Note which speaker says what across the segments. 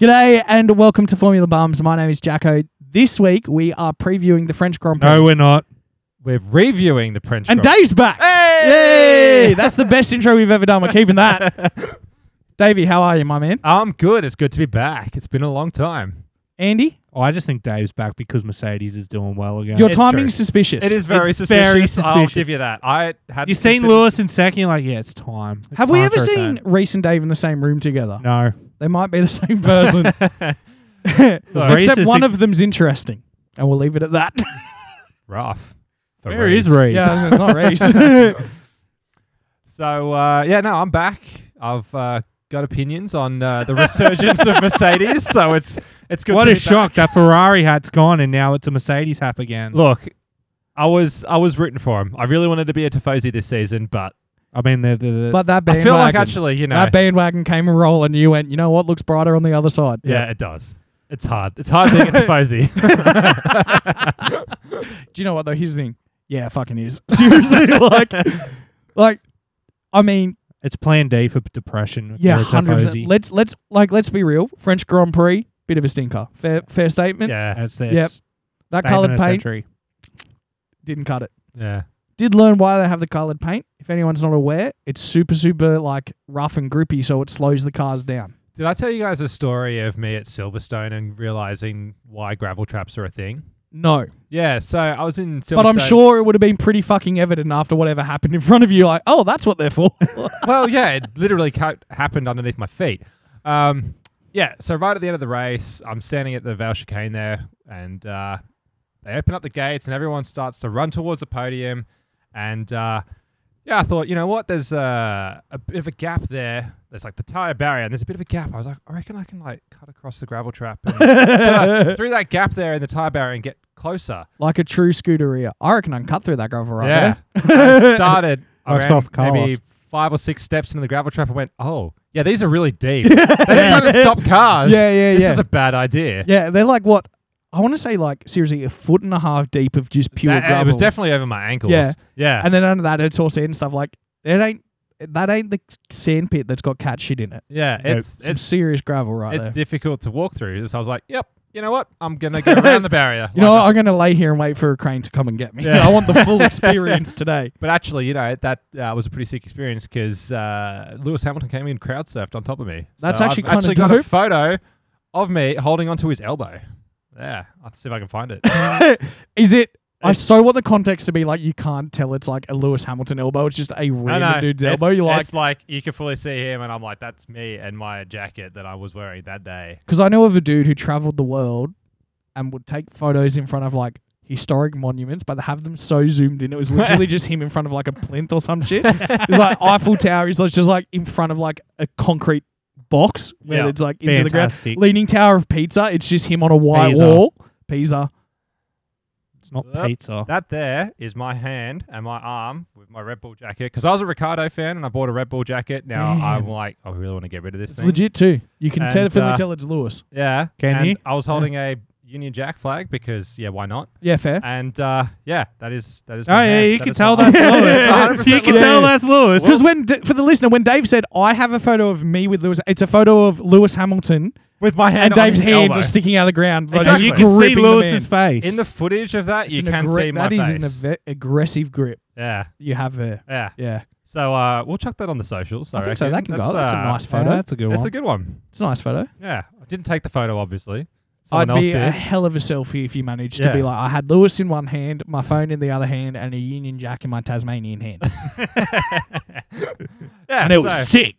Speaker 1: G'day and welcome to Formula Bums. My name is Jacko. This week we are previewing the French Grand Prix.
Speaker 2: No, we're not.
Speaker 3: We're reviewing the French.
Speaker 1: and
Speaker 3: Grand-
Speaker 1: Dave's back.
Speaker 3: Hey!
Speaker 1: Yay! That's the best intro we've ever done. We're keeping that. Davey, how are you, my man?
Speaker 3: I'm good. It's good to be back. It's been a long time.
Speaker 1: Andy,
Speaker 2: Oh, I just think Dave's back because Mercedes is doing well again.
Speaker 1: your
Speaker 3: It's
Speaker 1: timing's
Speaker 3: true.
Speaker 1: suspicious.
Speaker 3: It is very,
Speaker 1: It's
Speaker 3: suspicious.
Speaker 1: very
Speaker 3: I'll
Speaker 1: suspicious.
Speaker 3: give you that. I had
Speaker 2: You've seen
Speaker 3: considered-
Speaker 2: Lewis in second, you're like, yeah, it's time. It's
Speaker 1: Have we
Speaker 2: time
Speaker 1: ever
Speaker 2: for a
Speaker 1: seen
Speaker 2: turn.
Speaker 1: Reese and Dave in the same room together?
Speaker 2: No.
Speaker 1: They might be the same person. Except
Speaker 2: is
Speaker 1: one
Speaker 2: a-
Speaker 1: of them's interesting. And we'll leave it at that.
Speaker 3: Rough. The
Speaker 2: Where is
Speaker 3: race.
Speaker 2: Reece?
Speaker 1: yeah, it's not Reese.
Speaker 3: So uh, yeah, no, I'm back. I've uh, got opinions on uh, the resurgence of Mercedes. So it's it's good.
Speaker 2: what
Speaker 3: to
Speaker 2: a
Speaker 3: be back.
Speaker 2: shock. That Ferrari hat's gone and now it's a Mercedes hat again.
Speaker 3: Look, I was I was rooting for him. I really wanted to be a Tifosi this season, but
Speaker 2: I mean, the, the, the,
Speaker 1: but that
Speaker 3: I
Speaker 1: bandwagon,
Speaker 3: feel like actually, you know,
Speaker 1: that bandwagon came and roll, and you went, you know what looks brighter on the other side.
Speaker 3: yeah, it does. It's hard. It's hard being a Tifosi.
Speaker 1: Do you know what though? Here's the thing. Yeah, it fucking is. Seriously, like, like, I mean,
Speaker 2: it's plan D for depression.
Speaker 1: yeah,
Speaker 2: for a
Speaker 1: hundred percent.
Speaker 2: Tifosi.
Speaker 1: Let's let's like let's be real. French Grand Prix, bit of a stinker. Fair fair statement.
Speaker 3: yeah,
Speaker 2: That's this.
Speaker 1: Yep. that coloured paint
Speaker 2: Century.
Speaker 1: didn't cut it.
Speaker 3: yeah.
Speaker 1: Did learn why they have the coloured paint. If anyone's not aware, it's super super like rough and grippy, so it slows the cars down.
Speaker 3: Did I tell you guys a story of me at Silverstone and realizing why gravel traps are a thing?
Speaker 1: No,
Speaker 3: Yeah, so I was in Silverstone.
Speaker 1: but I'm sure it would have been pretty fucking evident after whatever happened in front of you. Like, oh, that's what they're for.
Speaker 3: well, yeah, it literally ca- happened underneath my feet. Um, yeah, so right at the end of the race, I'm standing at the Val chicane there, and uh, they open up the gates, and everyone starts to run towards the podium. And uh, yeah, I thought, you know what? There's uh, a bit of a gap there. There's like the tire barrier, and there's a bit of a gap. I was like, I reckon I can like cut across the gravel trap and so I threw that gap there in the tire barrier and get closer.
Speaker 1: like a true Scuderia. I reckon I can cut through that gravel eh? right there.
Speaker 3: I started I
Speaker 2: Works
Speaker 3: ran
Speaker 2: well for cars.
Speaker 3: maybe five or six steps into the gravel trap and went, oh, yeah, these are really deep. they just to stop cars.
Speaker 1: Yeah, yeah,
Speaker 3: This
Speaker 1: yeah.
Speaker 3: is a bad idea.
Speaker 1: Yeah, they're like what I want to say, like seriously, a foot and a half deep of just pure
Speaker 3: That-
Speaker 1: gravel.
Speaker 3: it was definitely over my ankles.
Speaker 1: Yeah.
Speaker 3: Yeah.
Speaker 1: and then under that, it's all sand stuff. Like it ain't that ain't the sand pit that's got cat shit in it.
Speaker 3: yeah. It's
Speaker 1: Some
Speaker 3: it's
Speaker 1: serious gravel right
Speaker 3: it's
Speaker 1: there.
Speaker 3: difficult to walk through. So I was like, yep, you know what? I'm gonna go around the barrier.
Speaker 1: you
Speaker 3: Why
Speaker 1: know, what?
Speaker 3: not?
Speaker 1: I'm going to lay here and wait for a crane to come and get me.
Speaker 3: Yeah.
Speaker 1: I want the full experience today.
Speaker 3: but actually, you know, that uh, was a pretty sick experience because uh, Lewis Hamilton came in and crowd surfed on top of me.
Speaker 1: That's
Speaker 3: So
Speaker 1: actually
Speaker 3: I've
Speaker 1: kinda
Speaker 3: actually got a
Speaker 1: dope.
Speaker 3: photo of me holding onto his elbow. Yeah, I'll see if I can find it.
Speaker 1: Is it? I
Speaker 3: It's-
Speaker 1: so want the context to be like you can't tell it's like a Lewis Hamilton elbow. It's just a
Speaker 3: No,
Speaker 1: random
Speaker 3: no,
Speaker 1: dude's
Speaker 3: it's-
Speaker 1: elbow. You're like,
Speaker 3: it's like you can fully see him, and I'm like, that's me and my jacket that I was wearing that day.
Speaker 1: because I know of a dude who traveled the world and would take photos in front of like historic monuments, but they have them so zoomed in. It was literally just him in front of like a plinth or some shit. It's like Eiffel Tower. He's like, just like in front of like a concrete box where
Speaker 3: Yeah.
Speaker 1: it's like into the ground.
Speaker 2: Fantastic.
Speaker 1: Leaning Tower of Pizza. It's just him on a white
Speaker 2: Pisa.
Speaker 1: wall. Pisa.
Speaker 2: It's not
Speaker 3: Yep.
Speaker 1: Oh,
Speaker 2: pizza.
Speaker 3: That there is my hand and my arm with my Red Bull jacket because I was a Ricardo fan and I bought a Red Bull jacket. Now I'm
Speaker 1: Damn.
Speaker 3: like, I really want to get rid of this
Speaker 1: It's
Speaker 3: thing.
Speaker 1: legit too. You can
Speaker 3: And,
Speaker 1: definitely
Speaker 3: uh,
Speaker 1: tell it's Lewis.
Speaker 3: Yeah,
Speaker 2: Can
Speaker 3: and
Speaker 2: you?
Speaker 3: I was holding a Union Jack flag because yeah, why not?
Speaker 1: Yeah, fair.
Speaker 3: And uh, yeah, that is that is.
Speaker 2: Oh,
Speaker 3: my
Speaker 2: yeah,
Speaker 3: hand.
Speaker 2: you
Speaker 3: That
Speaker 2: can
Speaker 3: is my
Speaker 2: tell
Speaker 3: arm. It's 100%
Speaker 2: that's Lewis. you can
Speaker 3: Lewis.
Speaker 2: tell that's Lewis.
Speaker 3: uh,
Speaker 1: Because when, D- for the listener, when Dave said, I have a photo of me with Lewis, it's a photo of Lewis Hamilton
Speaker 3: with my hand
Speaker 1: and,
Speaker 3: on
Speaker 1: Dave's
Speaker 3: his
Speaker 1: hand
Speaker 3: elbow.
Speaker 1: was sticking out of the ground. Like,
Speaker 3: Exactly.
Speaker 2: You can see
Speaker 1: gripping the man.
Speaker 2: Lewis's face.
Speaker 3: in the footage of that,
Speaker 1: It's
Speaker 3: you
Speaker 1: an
Speaker 3: can
Speaker 1: aggre-
Speaker 3: see my
Speaker 1: That is
Speaker 3: face.
Speaker 1: an ave- aggressive grip
Speaker 3: yeah,
Speaker 1: you have there.
Speaker 3: yeah.
Speaker 1: Yeah,
Speaker 3: So uh, we'll chuck that on the socials. I,
Speaker 1: I think so. That can
Speaker 3: reckon.
Speaker 1: go. That's a
Speaker 3: uh,
Speaker 1: nice
Speaker 2: Yeah,
Speaker 1: photo.
Speaker 2: that's a good
Speaker 3: That's
Speaker 2: one.
Speaker 3: a good one.
Speaker 1: it's a nice photo.
Speaker 3: Yeah, I didn't take the photo, obviously. Someone
Speaker 1: I'd
Speaker 3: else
Speaker 1: be
Speaker 3: did.
Speaker 1: a hell of a selfie if you managed to
Speaker 3: Yeah.
Speaker 1: be like, I had Lewis in one hand, my phone in the other hand, and a Union Jack in my Tasmanian hand,
Speaker 3: yeah,
Speaker 1: uh, and it
Speaker 3: so
Speaker 1: was sick.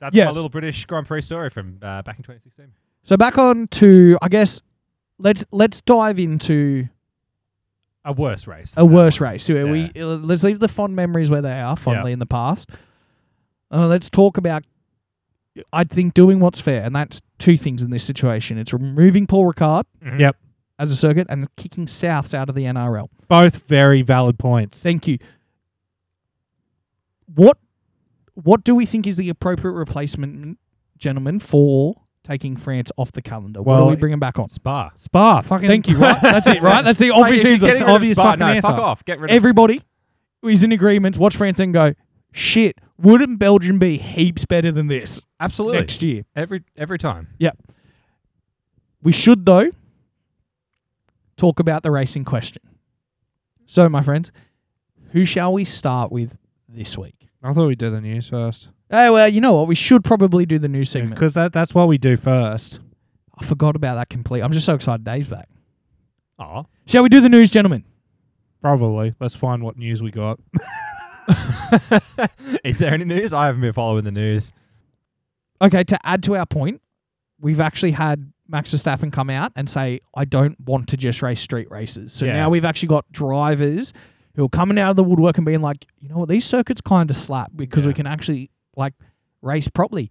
Speaker 3: that's
Speaker 1: yeah.
Speaker 3: my little British Grand Prix story from uh, back in 2016.
Speaker 1: So back on to, I guess, let's let's dive into
Speaker 3: A worse race.
Speaker 1: a worse race. Where
Speaker 3: Yeah.
Speaker 1: We uh, let's leave the fond memories where they are, fondly
Speaker 3: Yeah.
Speaker 1: in the past. Uh, let's talk about. I think doing what's fair, and that's two things in this situation. It's removing Paul Ricard
Speaker 3: Mhm.
Speaker 2: Yep.
Speaker 1: as a circuit and kicking Souths out of the NRL.
Speaker 2: Both very valid points.
Speaker 1: Thank you. What what do we think is the appropriate replacement, gentlemen, for taking France off the calendar? what
Speaker 2: Well,
Speaker 1: do we bring them back on?
Speaker 3: Spa.
Speaker 2: Spa, fucking
Speaker 1: Thank you. Right, that's it. Right, that's the obvious
Speaker 3: Like,
Speaker 1: answer. It's
Speaker 3: if you're getting
Speaker 1: the
Speaker 3: rid of
Speaker 1: obvious
Speaker 3: Spa,
Speaker 1: fucking
Speaker 3: no,
Speaker 1: answer.
Speaker 3: fuck off. Get rid of
Speaker 1: Everybody is in agreement. Watch France and go. Shit, wouldn't Belgium be heaps better than this
Speaker 3: absolutely
Speaker 1: next year?
Speaker 3: every every time.
Speaker 1: Yeah. We should, though, talk about the race in question. So, my friends, who shall we start with this week?
Speaker 2: I thought we'd do the news first.
Speaker 1: Oh, well, you know what? We should probably do the news segment.
Speaker 2: Because that, that's what we do first.
Speaker 1: I forgot about that completely. I'm just so excited Dave's back.
Speaker 3: Oh,
Speaker 1: Shall we do the news, gentlemen?
Speaker 2: Probably. Let's find what news we got.
Speaker 3: is there any news? I haven't been following the news.
Speaker 1: Okay, to add to our point, we've actually had Max Verstappen come out and say, I don't want to just race street races. So
Speaker 3: Yeah.
Speaker 1: now we've actually got drivers who are coming out of the woodwork and being like, you know what, these circuits kind of slap because we
Speaker 3: Yeah.
Speaker 1: can actually like race properly.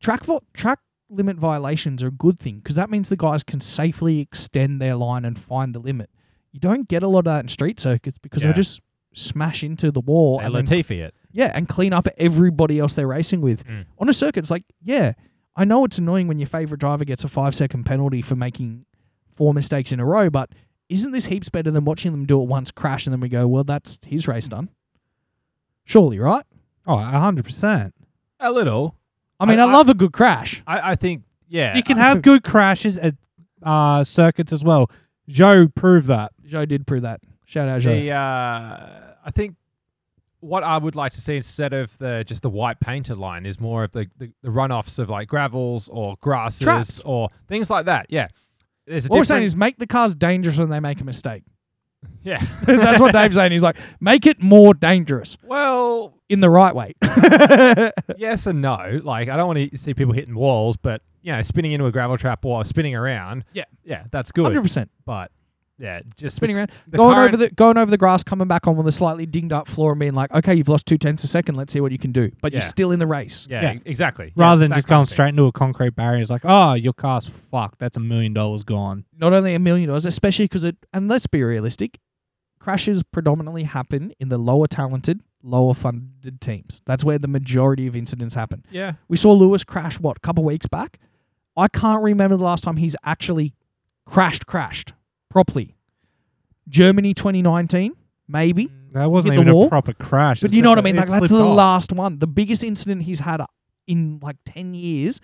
Speaker 1: Track vo- track limit violations are a good thing because that means the guys can safely extend their line and find the limit. You don't get a lot of that in street circuits because
Speaker 3: Yeah.
Speaker 1: they just smash into the wall
Speaker 3: They
Speaker 1: and then
Speaker 3: Latifi it.
Speaker 1: yeah, and clean up everybody else they're racing with.
Speaker 3: Mm.
Speaker 1: On a circuit, it's like, yeah, I know it's annoying when your favorite driver gets a five second penalty for making four mistakes in a row, but isn't this heaps better than watching them do it once, crash, and then we go, well, that's his race done? Surely, right?
Speaker 2: Oh, 100%.
Speaker 3: A little.
Speaker 1: I mean, I,
Speaker 3: I- I-
Speaker 1: love a good crash.
Speaker 3: I, I think, yeah.
Speaker 2: You can have good crashes at uh, circuits as well. Joe proved that.
Speaker 1: Joe did prove that. Shout out, Joe.
Speaker 3: the, uh, I think what I would like to see instead of the just the white painted line is more of the, the, the runoffs of like gravels or grasses
Speaker 1: Traps.
Speaker 3: or things like that. Yeah. There's a
Speaker 1: What we're
Speaker 3: different,
Speaker 1: saying is make the cars dangerous when they make a mistake.
Speaker 3: yeah.
Speaker 1: That's what Dave's saying. He's like, make it more dangerous
Speaker 3: well,
Speaker 1: in the right way.
Speaker 3: yes and no. Like I don't want to see people hitting walls, but you know, spinning into a gravel trap or spinning around.
Speaker 1: Yeah.
Speaker 3: Yeah, that's good.
Speaker 1: 100%.
Speaker 3: But yeah, just
Speaker 1: spinning around,
Speaker 3: the
Speaker 1: going
Speaker 3: current-
Speaker 1: over the going over the grass, coming back on with a slightly dinged up floor, and being like, "Okay, you've lost two tenths a second. Let's see what you can do." But
Speaker 3: Yeah.
Speaker 1: you're still in the race.
Speaker 3: Yeah,
Speaker 2: Yeah.
Speaker 3: exactly. Yeah,
Speaker 2: Rather than
Speaker 3: that
Speaker 2: just
Speaker 3: kind
Speaker 2: going
Speaker 3: of thing.
Speaker 2: straight into a concrete barrier. It's like, oh, your car's fucked. That's a million dollars gone.
Speaker 1: Not only a million dollars, especially because it. And let's be realistic, crashes predominantly happen in the lower talented, lower funded teams. That's where the majority of incidents happen.
Speaker 3: Yeah.
Speaker 1: We saw Lewis crash what a couple weeks back. I can't remember the last time he's actually crashed, crashed properly. Germany 2019, maybe.
Speaker 2: Mm. That wasn't
Speaker 1: Hit the
Speaker 2: even a
Speaker 1: wall.
Speaker 2: proper crash.
Speaker 1: But
Speaker 2: It's
Speaker 1: you know
Speaker 2: just
Speaker 1: what I
Speaker 2: that
Speaker 1: mean?
Speaker 2: it
Speaker 1: Like that's
Speaker 2: slipped
Speaker 1: the
Speaker 2: off.
Speaker 1: last one. The biggest incident he's had uh, in like 10 years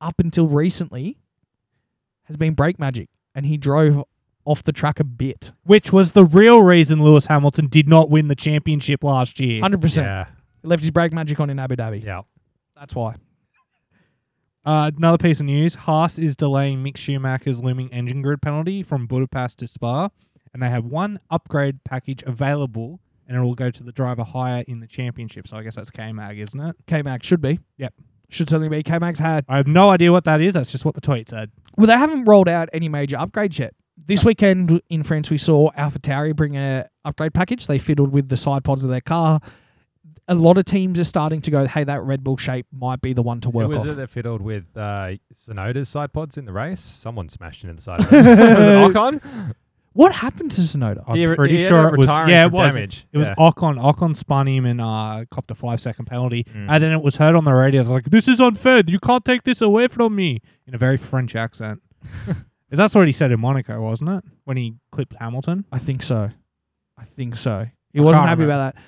Speaker 1: up until recently has been brake magic and he drove off the track a bit.
Speaker 2: Which was the real reason Lewis Hamilton did not win the championship last year.
Speaker 1: 100%.
Speaker 3: Yeah.
Speaker 1: He left his brake magic on in Abu Dhabi.
Speaker 3: Yeah.
Speaker 1: That's why.
Speaker 2: Uh, another piece of news: Haas is delaying Mick Schumacher's looming engine grid penalty from Budapest to Spa, and they have one upgrade package available, and it will go to the driver higher in the championship. So I guess that's K Mag, isn't it?
Speaker 1: K Mag should be.
Speaker 2: Yep.
Speaker 1: Should something be K Mag's had.
Speaker 2: I have no idea what that is. That's just what the tweet said.
Speaker 1: Well, they haven't rolled out any major upgrades yet. This weekend in France, we saw AlphaTauri bring a upgrade package. They fiddled with the side pods of their car. A lot of teams are starting to go, "Hey, that Red Bull shape might be the one to
Speaker 3: Who
Speaker 1: work
Speaker 3: was
Speaker 1: off."
Speaker 3: it that fiddled with uh, Sonoda's side pods in the race? Someone smashed into the side. of it. was it Ocon?
Speaker 1: What happened to Sonoda?
Speaker 2: I'm
Speaker 3: He-
Speaker 2: pretty
Speaker 3: he ended
Speaker 2: sure
Speaker 3: up
Speaker 2: it was.
Speaker 3: retiring
Speaker 2: Yeah, it
Speaker 3: for
Speaker 2: was.
Speaker 3: damage.
Speaker 2: It was
Speaker 3: Yeah.
Speaker 2: Ocon. Ocon spun him and uh, copped a five second penalty,
Speaker 3: Mm.
Speaker 2: and then it was heard on the radio. It was like, "This is unfair. You can't take this away from me." In a very French accent. 'Cause that's what he said in Monaco, wasn't it? When he clipped Hamilton.
Speaker 1: I think so. I think so. He wasn't
Speaker 2: can't
Speaker 1: happy about that.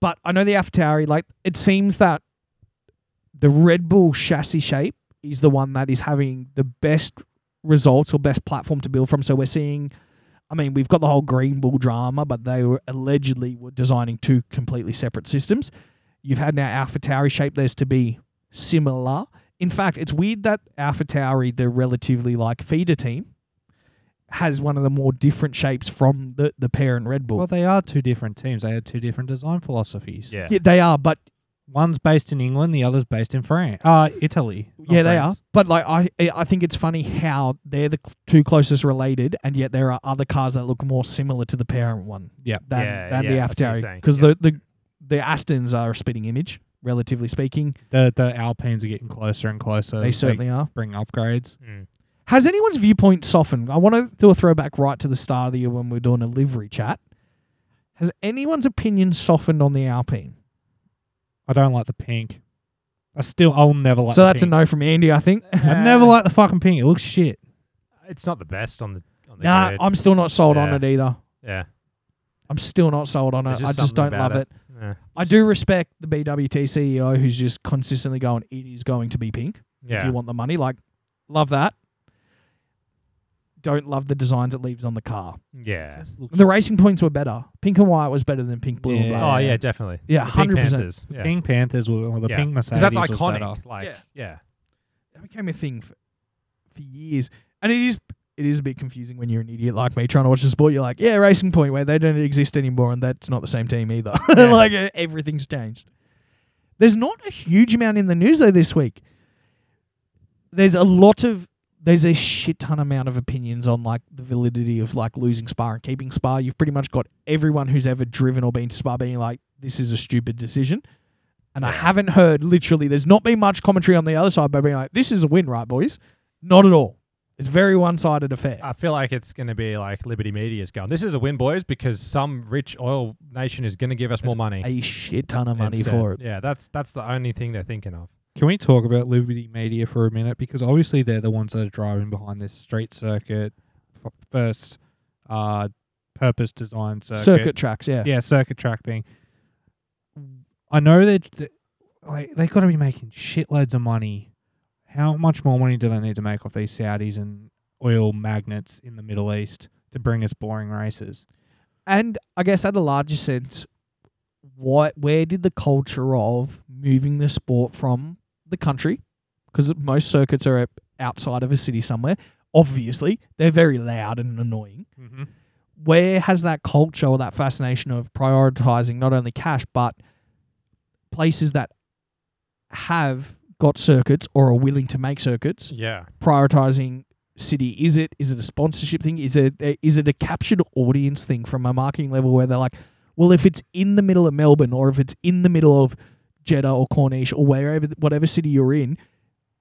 Speaker 1: But I know the AlphaTauri. Like it seems that the Red Bull chassis shape is the one that is having the best results or best platform to build from. So we're seeing. I mean, we've got the whole Green Bull drama, but they were allegedly were designing two completely separate systems. You've had now AlphaTauri shape theirs to be similar. In fact, it's weird that AlphaTauri, the relatively like feeder team, has one of the more different shapes from the, the parent Red Bull.
Speaker 2: Well, they are two different teams. They had two different design philosophies.
Speaker 3: Yeah.
Speaker 1: yeah, they are, but
Speaker 2: One's based in England, the other's based in France. Uh, Italy. not
Speaker 1: yeah, they are.
Speaker 2: France.
Speaker 1: But like I I think it's funny how they're the cl- two closest related, and yet there are other cars that look more similar to the parent one
Speaker 2: Yeah.
Speaker 1: than
Speaker 3: Yeah,
Speaker 1: than
Speaker 3: yeah, I
Speaker 1: the
Speaker 3: see what you're saying.
Speaker 1: AlphaTauri because
Speaker 3: Yeah.
Speaker 1: the the the Astons are a spitting image, relatively speaking.
Speaker 2: The the Alpines are getting closer and closer.
Speaker 1: they
Speaker 2: as
Speaker 1: certainly are.
Speaker 2: bring upgrades.
Speaker 3: Mm.
Speaker 1: Has anyone's viewpoint softened? I want to do a throwback right to the start of the year when we were doing a livery chat. Has anyone's opinion softened on the Alpine?
Speaker 2: I don't like the pink. I still, I'll never like.
Speaker 1: so
Speaker 2: the
Speaker 1: that's
Speaker 2: pink.
Speaker 1: a no from Andy, I think.
Speaker 2: I've never liked the fucking pink. It looks shit.
Speaker 3: It's not the best on the. On the
Speaker 1: Nah,
Speaker 3: grid.
Speaker 1: I'm still not sold
Speaker 3: Yeah.
Speaker 1: on it either.
Speaker 3: yeah.
Speaker 1: I'm still not sold on it.
Speaker 3: There's
Speaker 1: I just
Speaker 3: something
Speaker 1: don't
Speaker 3: about
Speaker 1: love it.
Speaker 3: Yeah.
Speaker 1: I do respect the E BWT CEO who's just consistently going, it is going to be pink
Speaker 3: Yeah.
Speaker 1: if you want the money. Like, Love that. Don't love the designs it leaves on the car.
Speaker 3: Yeah.
Speaker 1: The racing points were better. Pink and white was better than pink, blue, and
Speaker 2: Yeah.
Speaker 1: black.
Speaker 3: Oh yeah, definitely.
Speaker 1: Yeah,
Speaker 3: The Pink
Speaker 1: hundred percent.
Speaker 3: Panthers, Yeah.
Speaker 2: Pink Panthers were or the
Speaker 3: Yeah.
Speaker 2: Pink
Speaker 3: Because
Speaker 2: Mercedes.
Speaker 3: that's
Speaker 2: was better.
Speaker 3: iconic. Like,
Speaker 1: Yeah.
Speaker 3: yeah.
Speaker 1: That became a thing for, for years, and it is it is a bit confusing when you're an idiot like me trying to watch the sport. You're like, yeah, Racing Point, where they don't exist anymore, and that's not the same team either. like uh, everything's changed. There's not a huge amount in the news though this week. There's a lot of there's a shit ton amount of opinions on like the validity of like losing Spa and keeping Spa. You've pretty much got everyone who's ever driven or been to Spa being like, this is a stupid decision. And I haven't heard literally. There's not been much commentary on the other side by being like, this is a win, right, boys? Not at all. It's a very one-sided affair.
Speaker 3: I feel like it's going to be like Liberty Media's going. This is a win, boys, because some rich oil nation is going to give us more money.
Speaker 1: a shit ton of money
Speaker 3: instead.
Speaker 1: for it.
Speaker 3: Yeah, that's that's the only thing they're thinking of.
Speaker 2: Can we talk about Liberty Media for a minute? Because obviously they're the ones that are driving behind this street circuit, f- first uh, purpose design circuit.
Speaker 1: Circuit tracks, yeah.
Speaker 2: Yeah, circuit track thing. I know that th- like they got to be making shitloads of money. How much more money do they need to make off these Saudis and oil magnates in the Middle East to bring us boring races?
Speaker 1: And I guess at a larger sense, what where did the culture of moving the sport from the country? Because most circuits are up- outside of a city somewhere. Obviously, they're very loud and annoying.
Speaker 2: Mm-hmm.
Speaker 1: where has that culture or that fascination of prioritizing not only cash but places that have got circuits or are willing to make circuits
Speaker 3: Yeah.
Speaker 1: prioritizing city is it is it a sponsorship thing is it is it a captured audience thing from a marketing level where they're like well if it's in the middle of melbourne or if it's in the middle of jeddah or corniche or wherever whatever city you're in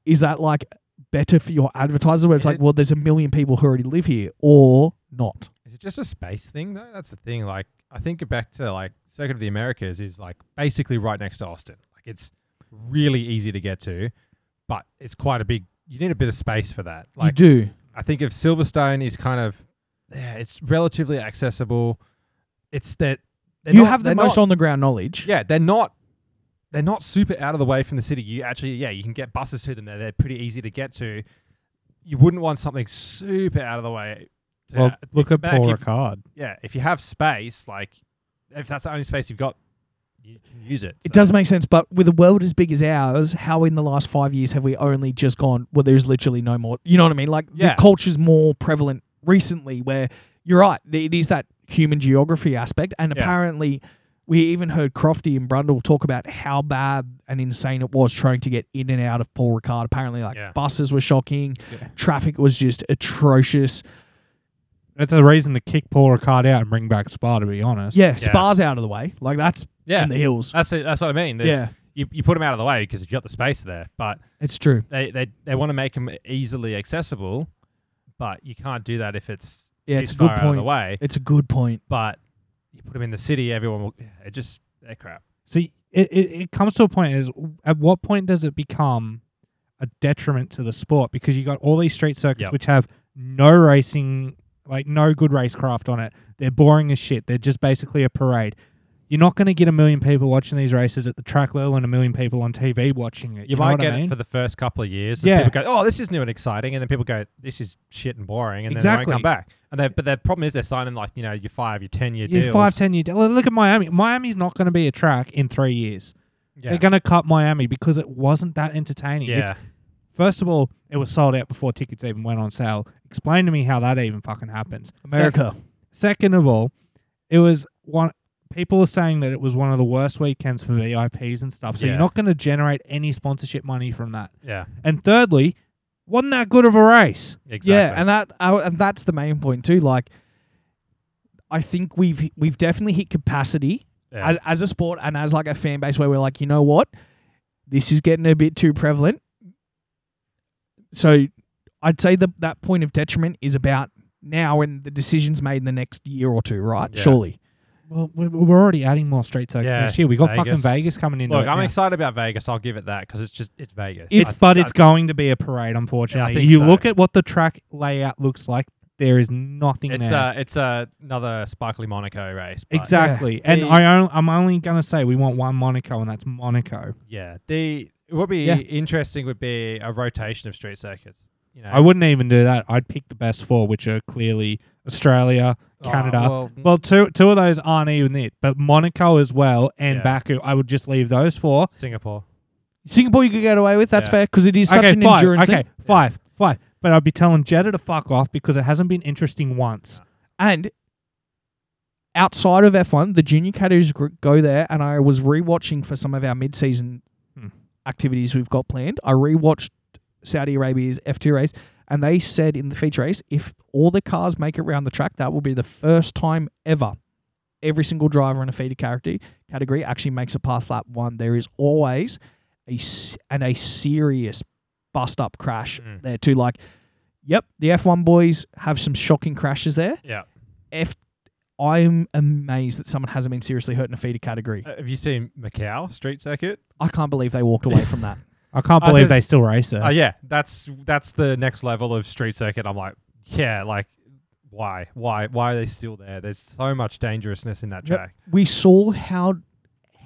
Speaker 1: is that like better for your advertiser where it's
Speaker 3: Is
Speaker 1: like
Speaker 3: it-
Speaker 1: well there's a million people who already live here or not
Speaker 3: Is it just a space thing though? That's the thing. Like I think back to like Circuit of the Americas is like basically right next to Austin. Like it's really easy to get to, but it's quite a big. You need a bit of space for that. Like
Speaker 1: you do.
Speaker 3: I think if Silverstone is kind of, yeah, it's relatively accessible. It's that they're
Speaker 1: You
Speaker 3: not-
Speaker 1: have the
Speaker 3: they're
Speaker 1: most
Speaker 3: not-
Speaker 1: on the ground knowledge.
Speaker 3: Yeah, they're not. They're not super out of the way from the city. You actually, yeah, you can get buses to them. They're, they're pretty easy to get to. You wouldn't want something super out of the way. To
Speaker 2: Well, look at
Speaker 3: but if
Speaker 2: Paul
Speaker 3: you-
Speaker 2: Ricard.
Speaker 3: yeah, if you have space, like if that's the only space you've got, you can use it.
Speaker 1: It does make sense, but with a world as big as ours, how in the last five years have we only just gone, well, there's literally no more? You know what I mean? Like,
Speaker 3: Yeah.
Speaker 1: the culture's more prevalent recently where you're right, th- it is that human geography aspect. And
Speaker 3: Yeah.
Speaker 1: apparently, we even heard Crofty and Brundle talk about how bad and insane it was trying to get in and out of Paul Ricard. Apparently, like,
Speaker 3: Yeah.
Speaker 1: buses were shocking,
Speaker 3: Yeah.
Speaker 1: traffic was just atrocious.
Speaker 2: That's a reason to kick Paul Ricard out and bring back Spa, to be honest.
Speaker 1: Yeah, Spa's out of the way. Like, that's
Speaker 3: Yeah,
Speaker 1: in the hills.
Speaker 3: that's it, that's what I mean. There's,
Speaker 1: Yeah,
Speaker 3: you you put them out of the way because you've got the space there, but
Speaker 1: it's true.
Speaker 3: they they, they want to make them easily accessible, but you can't do that if it's
Speaker 1: Yeah,
Speaker 3: too
Speaker 1: it's a
Speaker 3: far
Speaker 1: good
Speaker 3: out of the
Speaker 1: point.
Speaker 3: way.
Speaker 1: It's a good point.
Speaker 3: But you put them in the city, everyone will. It just they're crap.
Speaker 2: See, it, it, it comes to a point is at what point does it become a detriment to the sport? Because you got all these street circuits
Speaker 3: Yep.
Speaker 2: which have no racing, like no good racecraft on it. They're boring as shit. They're just basically a parade. You're not going to get a million people watching these races at the track level and a million people on TV watching it.
Speaker 3: You,
Speaker 2: You, know
Speaker 3: might
Speaker 2: what
Speaker 3: get
Speaker 2: I mean?
Speaker 3: it for the first couple of years.
Speaker 2: Yeah.
Speaker 3: Yeah. People go, oh, this is new and exciting, and then people go, this is shit and boring, and then
Speaker 2: Exactly.
Speaker 3: they won't come back. And they, but their problem is they're signing like you know your five, your ten year
Speaker 2: Your
Speaker 3: deals.
Speaker 2: five, ten year deal. Look at Miami. Miami's not going to be a track in three years. They're going to cut Miami because it wasn't that entertaining. It's
Speaker 3: yeah.
Speaker 2: First of all, it was sold out before tickets even went on sale. Explain to me how that even fucking happens.
Speaker 1: America.
Speaker 2: Sec- second of all, it was one. People are saying that it was one of the worst weekends for VIPs and stuff. So
Speaker 3: Yeah.
Speaker 2: you're not going to generate any sponsorship money from that.
Speaker 3: Yeah,
Speaker 2: And thirdly, wasn't that good of a race?
Speaker 3: exactly.
Speaker 1: Yeah, and that I, and that's the main point too. Like, I think we've we've definitely hit capacity
Speaker 3: Yeah.
Speaker 1: as as a sport and as like a fan base where we're like, you know what, this is getting a bit too prevalent. So, I'd say that that point of detriment is about now and the decisions made in the next year or two, right?
Speaker 3: Yeah.
Speaker 1: Surely.
Speaker 2: Well, we- we're already adding more straight circuits
Speaker 3: Yeah,
Speaker 2: this year. We got fucking
Speaker 3: Vegas.
Speaker 2: Vegas coming in.
Speaker 3: Look,
Speaker 2: it
Speaker 3: I'm
Speaker 2: now.
Speaker 3: excited about Vegas. I'll give it that because it's just it's Vegas.
Speaker 2: It's,
Speaker 3: I-
Speaker 2: but
Speaker 3: I-
Speaker 2: it's going to be a parade, unfortunately.
Speaker 3: think
Speaker 2: you
Speaker 3: so.
Speaker 2: look at what the track layout looks like. There is nothing
Speaker 3: it's
Speaker 2: there.
Speaker 3: uh it's uh, another sparkly Monaco race. but
Speaker 2: Exactly. And
Speaker 3: The-
Speaker 2: I on, I'm only going to say we want one Monaco, and that's Monaco.
Speaker 3: Yeah, the it would be
Speaker 1: Yeah.
Speaker 3: interesting would be a rotation of street circuits. you know,
Speaker 2: I wouldn't even do that. I'd pick the best four, which are clearly Australia,
Speaker 3: oh,
Speaker 2: Canada. well,
Speaker 3: well,
Speaker 2: two two of those aren't even it, but Monaco as well and
Speaker 3: Yeah.
Speaker 2: Baku. I would just leave those four.
Speaker 3: Singapore.
Speaker 1: Singapore you could get away with. That's
Speaker 3: Yeah.
Speaker 1: fair because it is such
Speaker 2: okay,
Speaker 1: an
Speaker 2: five.
Speaker 1: endurance.
Speaker 2: Okay,
Speaker 1: thing.
Speaker 2: five, five. But I'd be telling Jeddah to fuck off because it hasn't been interesting once.
Speaker 1: And outside of F1, the junior categories gr- go there. And I was rewatching for some of our mid-season
Speaker 2: Hmm.
Speaker 1: activities we've got planned. I rewatched Saudi Arabia's F2 race, and they said in the feature race, if all the cars make it round the track, that will be the first time ever every single driver in a feeder character category actually makes it past lap one. There is always a s- and a serious bust up crash
Speaker 3: Mm.
Speaker 1: there too. Like, yep, the F1 boys have some shocking crashes there.
Speaker 3: Yeah.
Speaker 1: F, I'm amazed that someone hasn't been seriously hurt in a feeder category.
Speaker 3: Uh, have you seen Macau street circuit?
Speaker 1: I can't believe they walked away from that.
Speaker 2: I can't
Speaker 3: Uh,
Speaker 2: believe
Speaker 3: there's-
Speaker 2: they still race it.
Speaker 3: Oh yeah, that's that's the next level of street circuit. I'm like, yeah, like why, why, why are they still there? There's so much dangerousness in that
Speaker 1: Yep.
Speaker 3: track.
Speaker 1: we saw how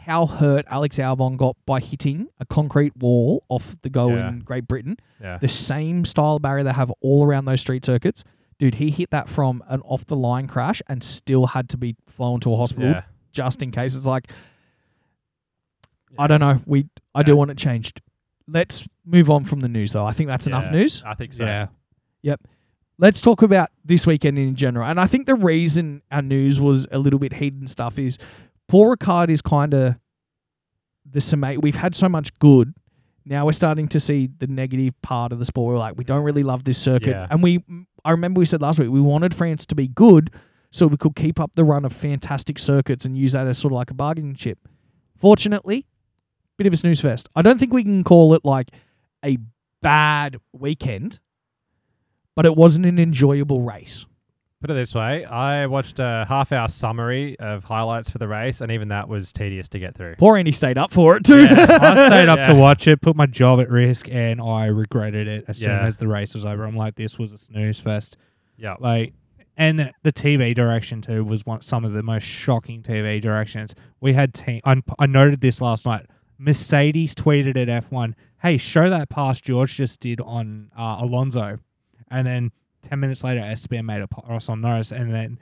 Speaker 1: how hurt Alex Albon got by hitting a concrete wall off the go
Speaker 3: Yeah.
Speaker 1: in Great Britain.
Speaker 3: Yeah,
Speaker 1: The same style barrier they have all around those street circuits. Dude, he hit that from an off the line crash and still had to be flown to a hospital
Speaker 3: yeah.
Speaker 1: just in case. It's like
Speaker 3: Yeah.
Speaker 1: I don't know. We I do
Speaker 3: Yeah.
Speaker 1: want it changed. Let's move on from the news though. I think that's enough
Speaker 3: Yeah,
Speaker 1: news.
Speaker 3: I think so.
Speaker 2: yeah.
Speaker 1: Let's talk about this weekend in general. And I think the reason our news was a little bit heated and stuff is Paul Ricard is kind of the summate. We've had so much good. Now we're starting to see the negative part of the sport. We're like, we don't really love this circuit.
Speaker 3: Yeah.
Speaker 1: And we, I remember we said last week, we wanted France to be good so we could keep up the run of fantastic circuits and use that as sort of like a bargaining chip. Fortunately, bit of a snooze fest. I don't think we can call it like a bad weekend, but it wasn't an enjoyable race.
Speaker 3: Put it this way, I watched a half-hour summary of highlights for the race, and even that was tedious to get through.
Speaker 1: Poor Andy stayed up for it too.
Speaker 2: I stayed up
Speaker 3: Yeah.
Speaker 2: to watch it, put my job at risk, and I regretted it as soon
Speaker 3: Yeah.
Speaker 2: as the race was over. I'm like, this was a snooze fest.
Speaker 3: Yeah,
Speaker 2: Like, and the TV direction too was one some of the most shocking TV directions we had. Team, I, I noted this last night. Mercedes tweeted at F1, "Hey, show that pass George just did on uh, Alonso," and then ten minutes later, Esteban made a pass on Norris, and then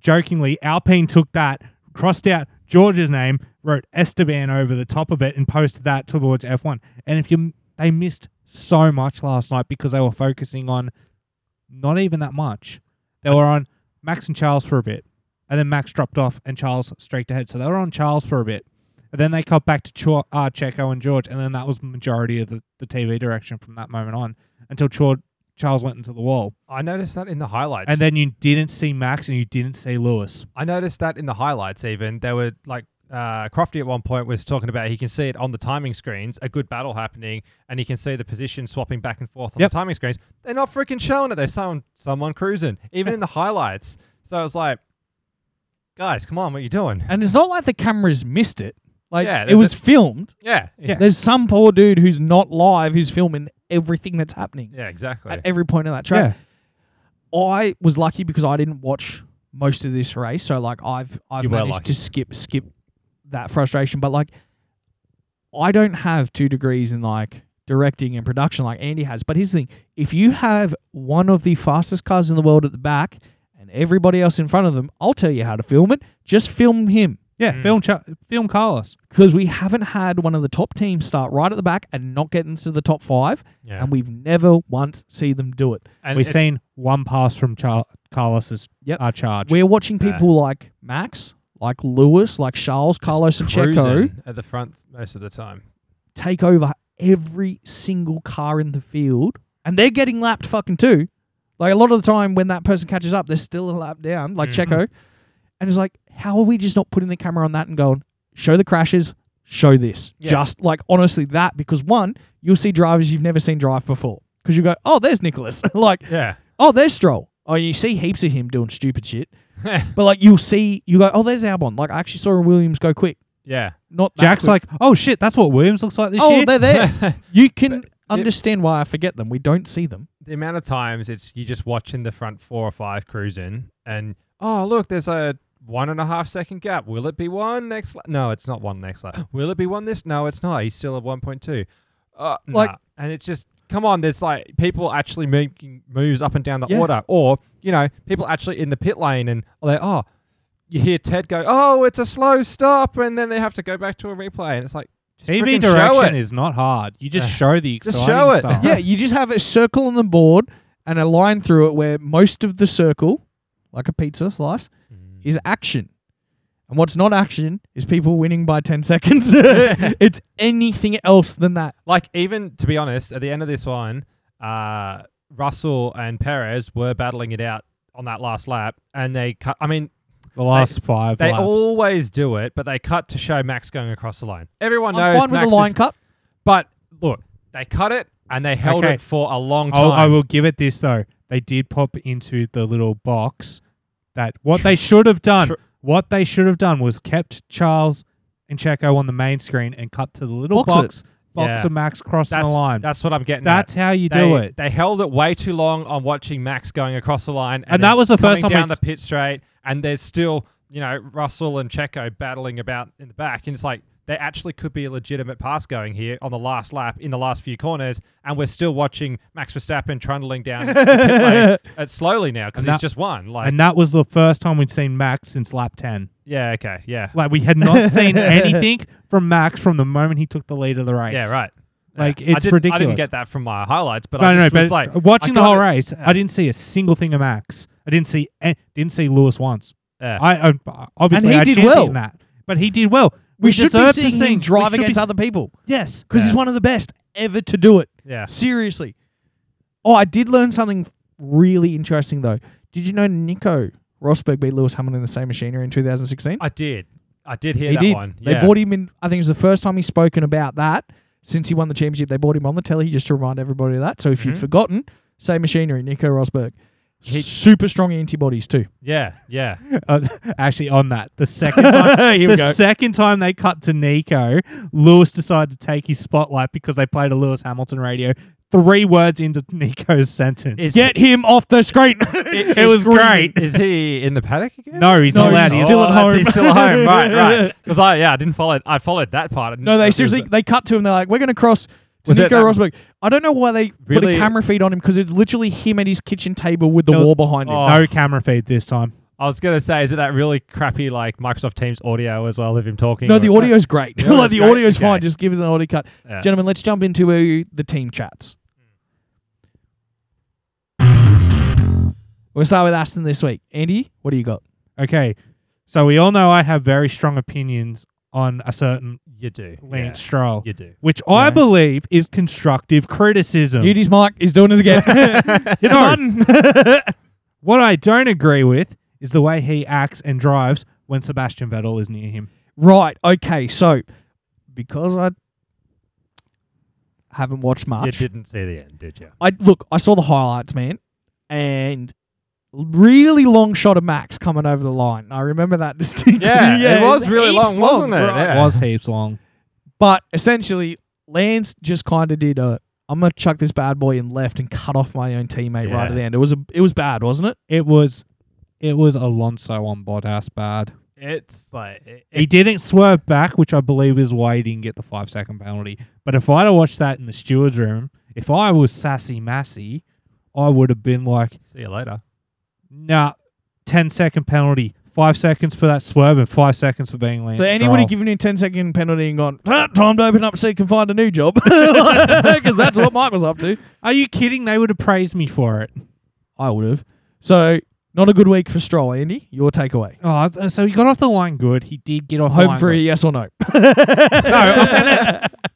Speaker 2: jokingly, Alpine took that, crossed out George's name, wrote Esteban over the top of it, and posted that towards F1. And if you, they missed so much last night because they were focusing on not even that much. They were on Max and Charles for a bit, and then Max dropped off and Charles streaked ahead. So they were on Charles for a bit, and then they cut back to Cho- uh, Checo and George, and then that was the majority of the, the TV direction from that moment on until Chor- Charles went into the wall.
Speaker 3: I noticed that in the highlights.
Speaker 2: And then you didn't see Max and you didn't see Lewis.
Speaker 3: I noticed that in the highlights, even there were like uh, Crofty at one point was talking about he can see it on the timing screens, a good battle happening, and he can see the position swapping back and forth on
Speaker 2: Yep.
Speaker 3: the timing screens. They're not freaking showing it. They're showing someone cruising, even in the highlights. So I was like, guys, come on, what are you doing?
Speaker 1: and it's not like the cameras missed it. Like
Speaker 3: Yeah,
Speaker 1: it
Speaker 3: there's
Speaker 1: was
Speaker 3: a-
Speaker 1: filmed.
Speaker 3: Yeah,
Speaker 2: Yeah.
Speaker 1: There's some poor dude who's not live who's filming everything that's happening
Speaker 3: yeah, exactly.
Speaker 1: at every point of that track. I was lucky because I didn't watch most of this race, so like I've I've
Speaker 3: You were
Speaker 1: managed
Speaker 3: lucky.
Speaker 1: to skip skip that frustration. But like, I don't have two degrees in like directing and production like Andy has. But here's the thing: if you have one of the fastest cars in the world at the back and everybody else in front of them, I'll tell you how to film it. Just film him
Speaker 2: Yeah,
Speaker 3: Mm.
Speaker 2: film Cha- film Carlos.
Speaker 1: because we haven't had one of the top teams start right at the back and not get into the top five,
Speaker 3: yeah.
Speaker 1: and we've never once see them do it.
Speaker 3: And
Speaker 2: We've
Speaker 3: it's-
Speaker 2: seen one pass from Char- Carlos's
Speaker 1: Yep.
Speaker 2: uh, charge.
Speaker 1: We're watching
Speaker 3: Yeah.
Speaker 1: people like Max, like Lewis, like Charles, Carlos, and Checo
Speaker 3: cruising at the front most of the time.
Speaker 1: take over every single car in the field, and they're getting lapped fucking too. Like a lot of the time, when that person catches up, they're still a lap down, like
Speaker 3: Mhm.
Speaker 1: Checo. And it's like, how are we just not putting the camera on that and going, show the crashes, show this,
Speaker 3: Yeah.
Speaker 1: just like honestly that? Because one, you'll see drivers you've never seen drive before because you go, oh, there's Nicholas, like
Speaker 3: Yeah.
Speaker 1: oh, there's Stroll. Oh, you see heaps of him doing stupid shit. but like you'll see, you go, oh, there's Albon. Like I actually saw Williams go quick.
Speaker 3: Yeah.
Speaker 1: Not that
Speaker 2: Jack's
Speaker 1: quick.
Speaker 2: like, oh shit, that's what Williams looks like this
Speaker 1: oh,
Speaker 2: year.
Speaker 1: they're there. you can
Speaker 3: But-
Speaker 1: understand why I forget them. We don't see them.
Speaker 3: the amount of times it's you just watching the front four or five cruising and oh look there's a one and a half second gap will it be one next lap no it's not one next lap will it be one this no it's not he's still at 1.2 uh,
Speaker 1: Like-
Speaker 3: nah. and it's just come on, there's like people actually making moves up and down the
Speaker 1: Yeah.
Speaker 3: order, or you know, people actually in the pit lane, and they're oh, you hear Ted go, oh, it's a slow stop, and then they have to go back to a replay, and it's like just
Speaker 2: TV
Speaker 3: freaking show
Speaker 2: direction
Speaker 3: it.
Speaker 2: is not hard. You just
Speaker 3: Yeah.
Speaker 2: show the exciting
Speaker 3: Just show it.
Speaker 2: stuff.
Speaker 1: yeah, you just have a circle on the board and a line through it where most of the circle, like a pizza slice, is action. And what's not action is people winning by 10 seconds. it's anything else than that.
Speaker 3: like even to be honest, at the end of this one, uh, Russell and Perez were battling it out on that last lap, and they cut. I mean,
Speaker 2: The last five
Speaker 3: they
Speaker 2: laps.
Speaker 3: always do it, but they cut to show Max going across the line. Everyone
Speaker 1: I'm
Speaker 3: knows
Speaker 1: fine with
Speaker 3: Max
Speaker 1: the line
Speaker 3: is-
Speaker 1: cut.
Speaker 3: but look, they cut it and they held
Speaker 2: Okay.
Speaker 3: it for a long time.
Speaker 2: I'll- I will give it this though. They did pop into the little box. That what they should have done.
Speaker 3: Tr-
Speaker 2: what they should have done was kept Charles and Checo on the main screen and cut to the little
Speaker 1: Box
Speaker 2: box. Box
Speaker 3: Yeah.
Speaker 2: of Max crossing
Speaker 3: that's,
Speaker 2: the line. That's,
Speaker 3: That's what I'm getting. at.
Speaker 2: how you
Speaker 3: they,
Speaker 2: do it.
Speaker 3: They held it way too long on watching Max going across the line,
Speaker 2: And
Speaker 3: then
Speaker 2: that was the
Speaker 3: coming
Speaker 2: first time
Speaker 3: down
Speaker 2: it's-
Speaker 3: the pit straight. And there's still you know Russell and Checo battling about in the back, and it's like there actually could be a legitimate pass going here on the last lap in the last few corners, and we're still watching Max Verstappen trundling down the pit lane uh, slowly now because
Speaker 2: And
Speaker 3: he's
Speaker 2: that-
Speaker 3: just won. Like,
Speaker 2: and that was the first time we'd seen Max since lap ten.
Speaker 3: yeah, okay, yeah,
Speaker 2: Like we had not seen anything from Max from the moment he took the lead of the race.
Speaker 3: yeah, right.
Speaker 2: Like,
Speaker 3: Yeah. I
Speaker 2: it's
Speaker 3: didn't- I didn't
Speaker 2: ridiculous.
Speaker 3: get that from my highlights, but
Speaker 2: No,
Speaker 3: I
Speaker 2: no,
Speaker 3: just
Speaker 2: but
Speaker 3: was like
Speaker 2: watching
Speaker 3: I
Speaker 2: the whole
Speaker 3: got it.
Speaker 2: race, I didn't see a single thing of Max. I didn't see a- didn't see Lewis once.
Speaker 3: Yeah.
Speaker 2: I, I obviously
Speaker 1: And he
Speaker 2: I
Speaker 1: did
Speaker 2: championed
Speaker 1: well.
Speaker 2: that, but he did well.
Speaker 1: We, should be
Speaker 2: deserve
Speaker 1: seeing
Speaker 2: to see
Speaker 1: him drive
Speaker 2: we should be
Speaker 1: against
Speaker 2: se-
Speaker 1: other people.
Speaker 2: Yes,
Speaker 1: because he's
Speaker 3: Yeah.
Speaker 1: one of the best ever to do it.
Speaker 3: yeah.
Speaker 1: Seriously. Oh, I did learn something really interesting though. Did you know Nico Rosberg beat Lewis Hamilton in the same machinery in 2016?
Speaker 3: I did. I did hear
Speaker 1: he
Speaker 3: that
Speaker 1: did.
Speaker 3: one.
Speaker 1: They
Speaker 3: yeah.
Speaker 1: bought him in. I think it was the first time he's spoken about that since he won the championship. They bought him on the telly just to remind everybody of that. So if you'd
Speaker 3: Mhm.
Speaker 1: forgotten, same machinery, Nico Rosberg.
Speaker 3: He-
Speaker 1: Super strong antibodies too.
Speaker 3: Yeah, yeah.
Speaker 2: Uh, actually, on that, the second time,
Speaker 1: Here we
Speaker 2: the
Speaker 1: go.
Speaker 2: second time they cut to Nico, Lewis decided to take his spotlight because they played a Lewis Hamilton radio. Three words into Nico's sentence,
Speaker 3: Is-
Speaker 1: Get him off the screen.
Speaker 2: It was great.
Speaker 3: Is he in the paddock again?
Speaker 2: no, he's
Speaker 1: No,
Speaker 2: not allowed.
Speaker 1: he's
Speaker 2: in.
Speaker 1: still at
Speaker 3: that's-
Speaker 1: home.
Speaker 3: He's still at home. Right, right. Because I, yeah, I didn't follow. I followed that part. I didn't
Speaker 1: No,
Speaker 3: know
Speaker 1: they
Speaker 3: if it was
Speaker 1: seriously
Speaker 3: a-
Speaker 1: they cut to him. They're like, "We're going to cross to
Speaker 3: Was it
Speaker 1: Nico
Speaker 3: that-
Speaker 1: Rosberg." I don't know why they put a
Speaker 3: Really?
Speaker 1: camera feed on him because it's literally him at his kitchen table with the
Speaker 2: There was-
Speaker 1: wall behind him.
Speaker 3: Oh.
Speaker 2: no camera feed this time.
Speaker 3: I was gonna say, is it that really crappy like Microsoft Teams audio as well of him talking?
Speaker 1: No,
Speaker 3: or-
Speaker 1: the audio's great.
Speaker 3: The
Speaker 1: like
Speaker 3: audio's
Speaker 1: the
Speaker 3: great?
Speaker 1: audio's
Speaker 3: Okay.
Speaker 1: fine. Just give it an audio cut,
Speaker 3: Yeah.
Speaker 1: gentlemen. Let's jump into uh, the team chats. We'll start with Aston this week. Andy, what do you got?
Speaker 2: Okay, so we all know I have very strong opinions on a certain
Speaker 3: you do.
Speaker 2: Lance
Speaker 3: Yeah,
Speaker 2: Stroll,
Speaker 3: you do.
Speaker 2: which I
Speaker 1: Yeah.
Speaker 2: believe is constructive criticism.
Speaker 1: Udi's mic is doing it again. Hit the
Speaker 2: No.
Speaker 1: button.
Speaker 2: what I don't agree with is the way he acts and drives when Sebastian Vettel is near him.
Speaker 1: right. Okay. So, because I haven't watched much,
Speaker 3: You didn't see the end, did you?
Speaker 1: I look, I saw the highlights, man, and really long shot of Max coming over the line. I remember that distinctly.
Speaker 3: Yeah, it was really
Speaker 1: heaps
Speaker 3: long, wasn't it?
Speaker 1: right.
Speaker 3: Yeah.
Speaker 2: Was heaps long.
Speaker 1: But essentially, Lance just kind of did a. I'm gonna chuck this bad boy in left and cut off my own teammate right at
Speaker 3: Yeah.
Speaker 1: the end. It was a, it was bad, wasn't it?
Speaker 2: It was it was Alonso on Bottas bad.
Speaker 3: It's like it,
Speaker 2: He didn't swerve back, which I believe is why he didn't get the five second penalty. But if I'd have watched that in the stewards room, if I was sassy Massey, I would have been like,
Speaker 3: see you later.
Speaker 2: nah, 10 second penalty, five seconds for that swerve and five seconds for being Lance.
Speaker 1: so Andy
Speaker 2: Stroll.
Speaker 1: would have given him a 10 second penalty and gone, ah, time to open up so you can find a new job, because that's what Mike was up to.
Speaker 2: Are you kidding? They would have praised me for it.
Speaker 1: I would have. So not a good week for Stroll, Andy. Your takeaway.
Speaker 2: Oh, so he got off the line good. He did get off the
Speaker 1: Hope
Speaker 2: line
Speaker 1: for a
Speaker 2: good.
Speaker 1: yes or no.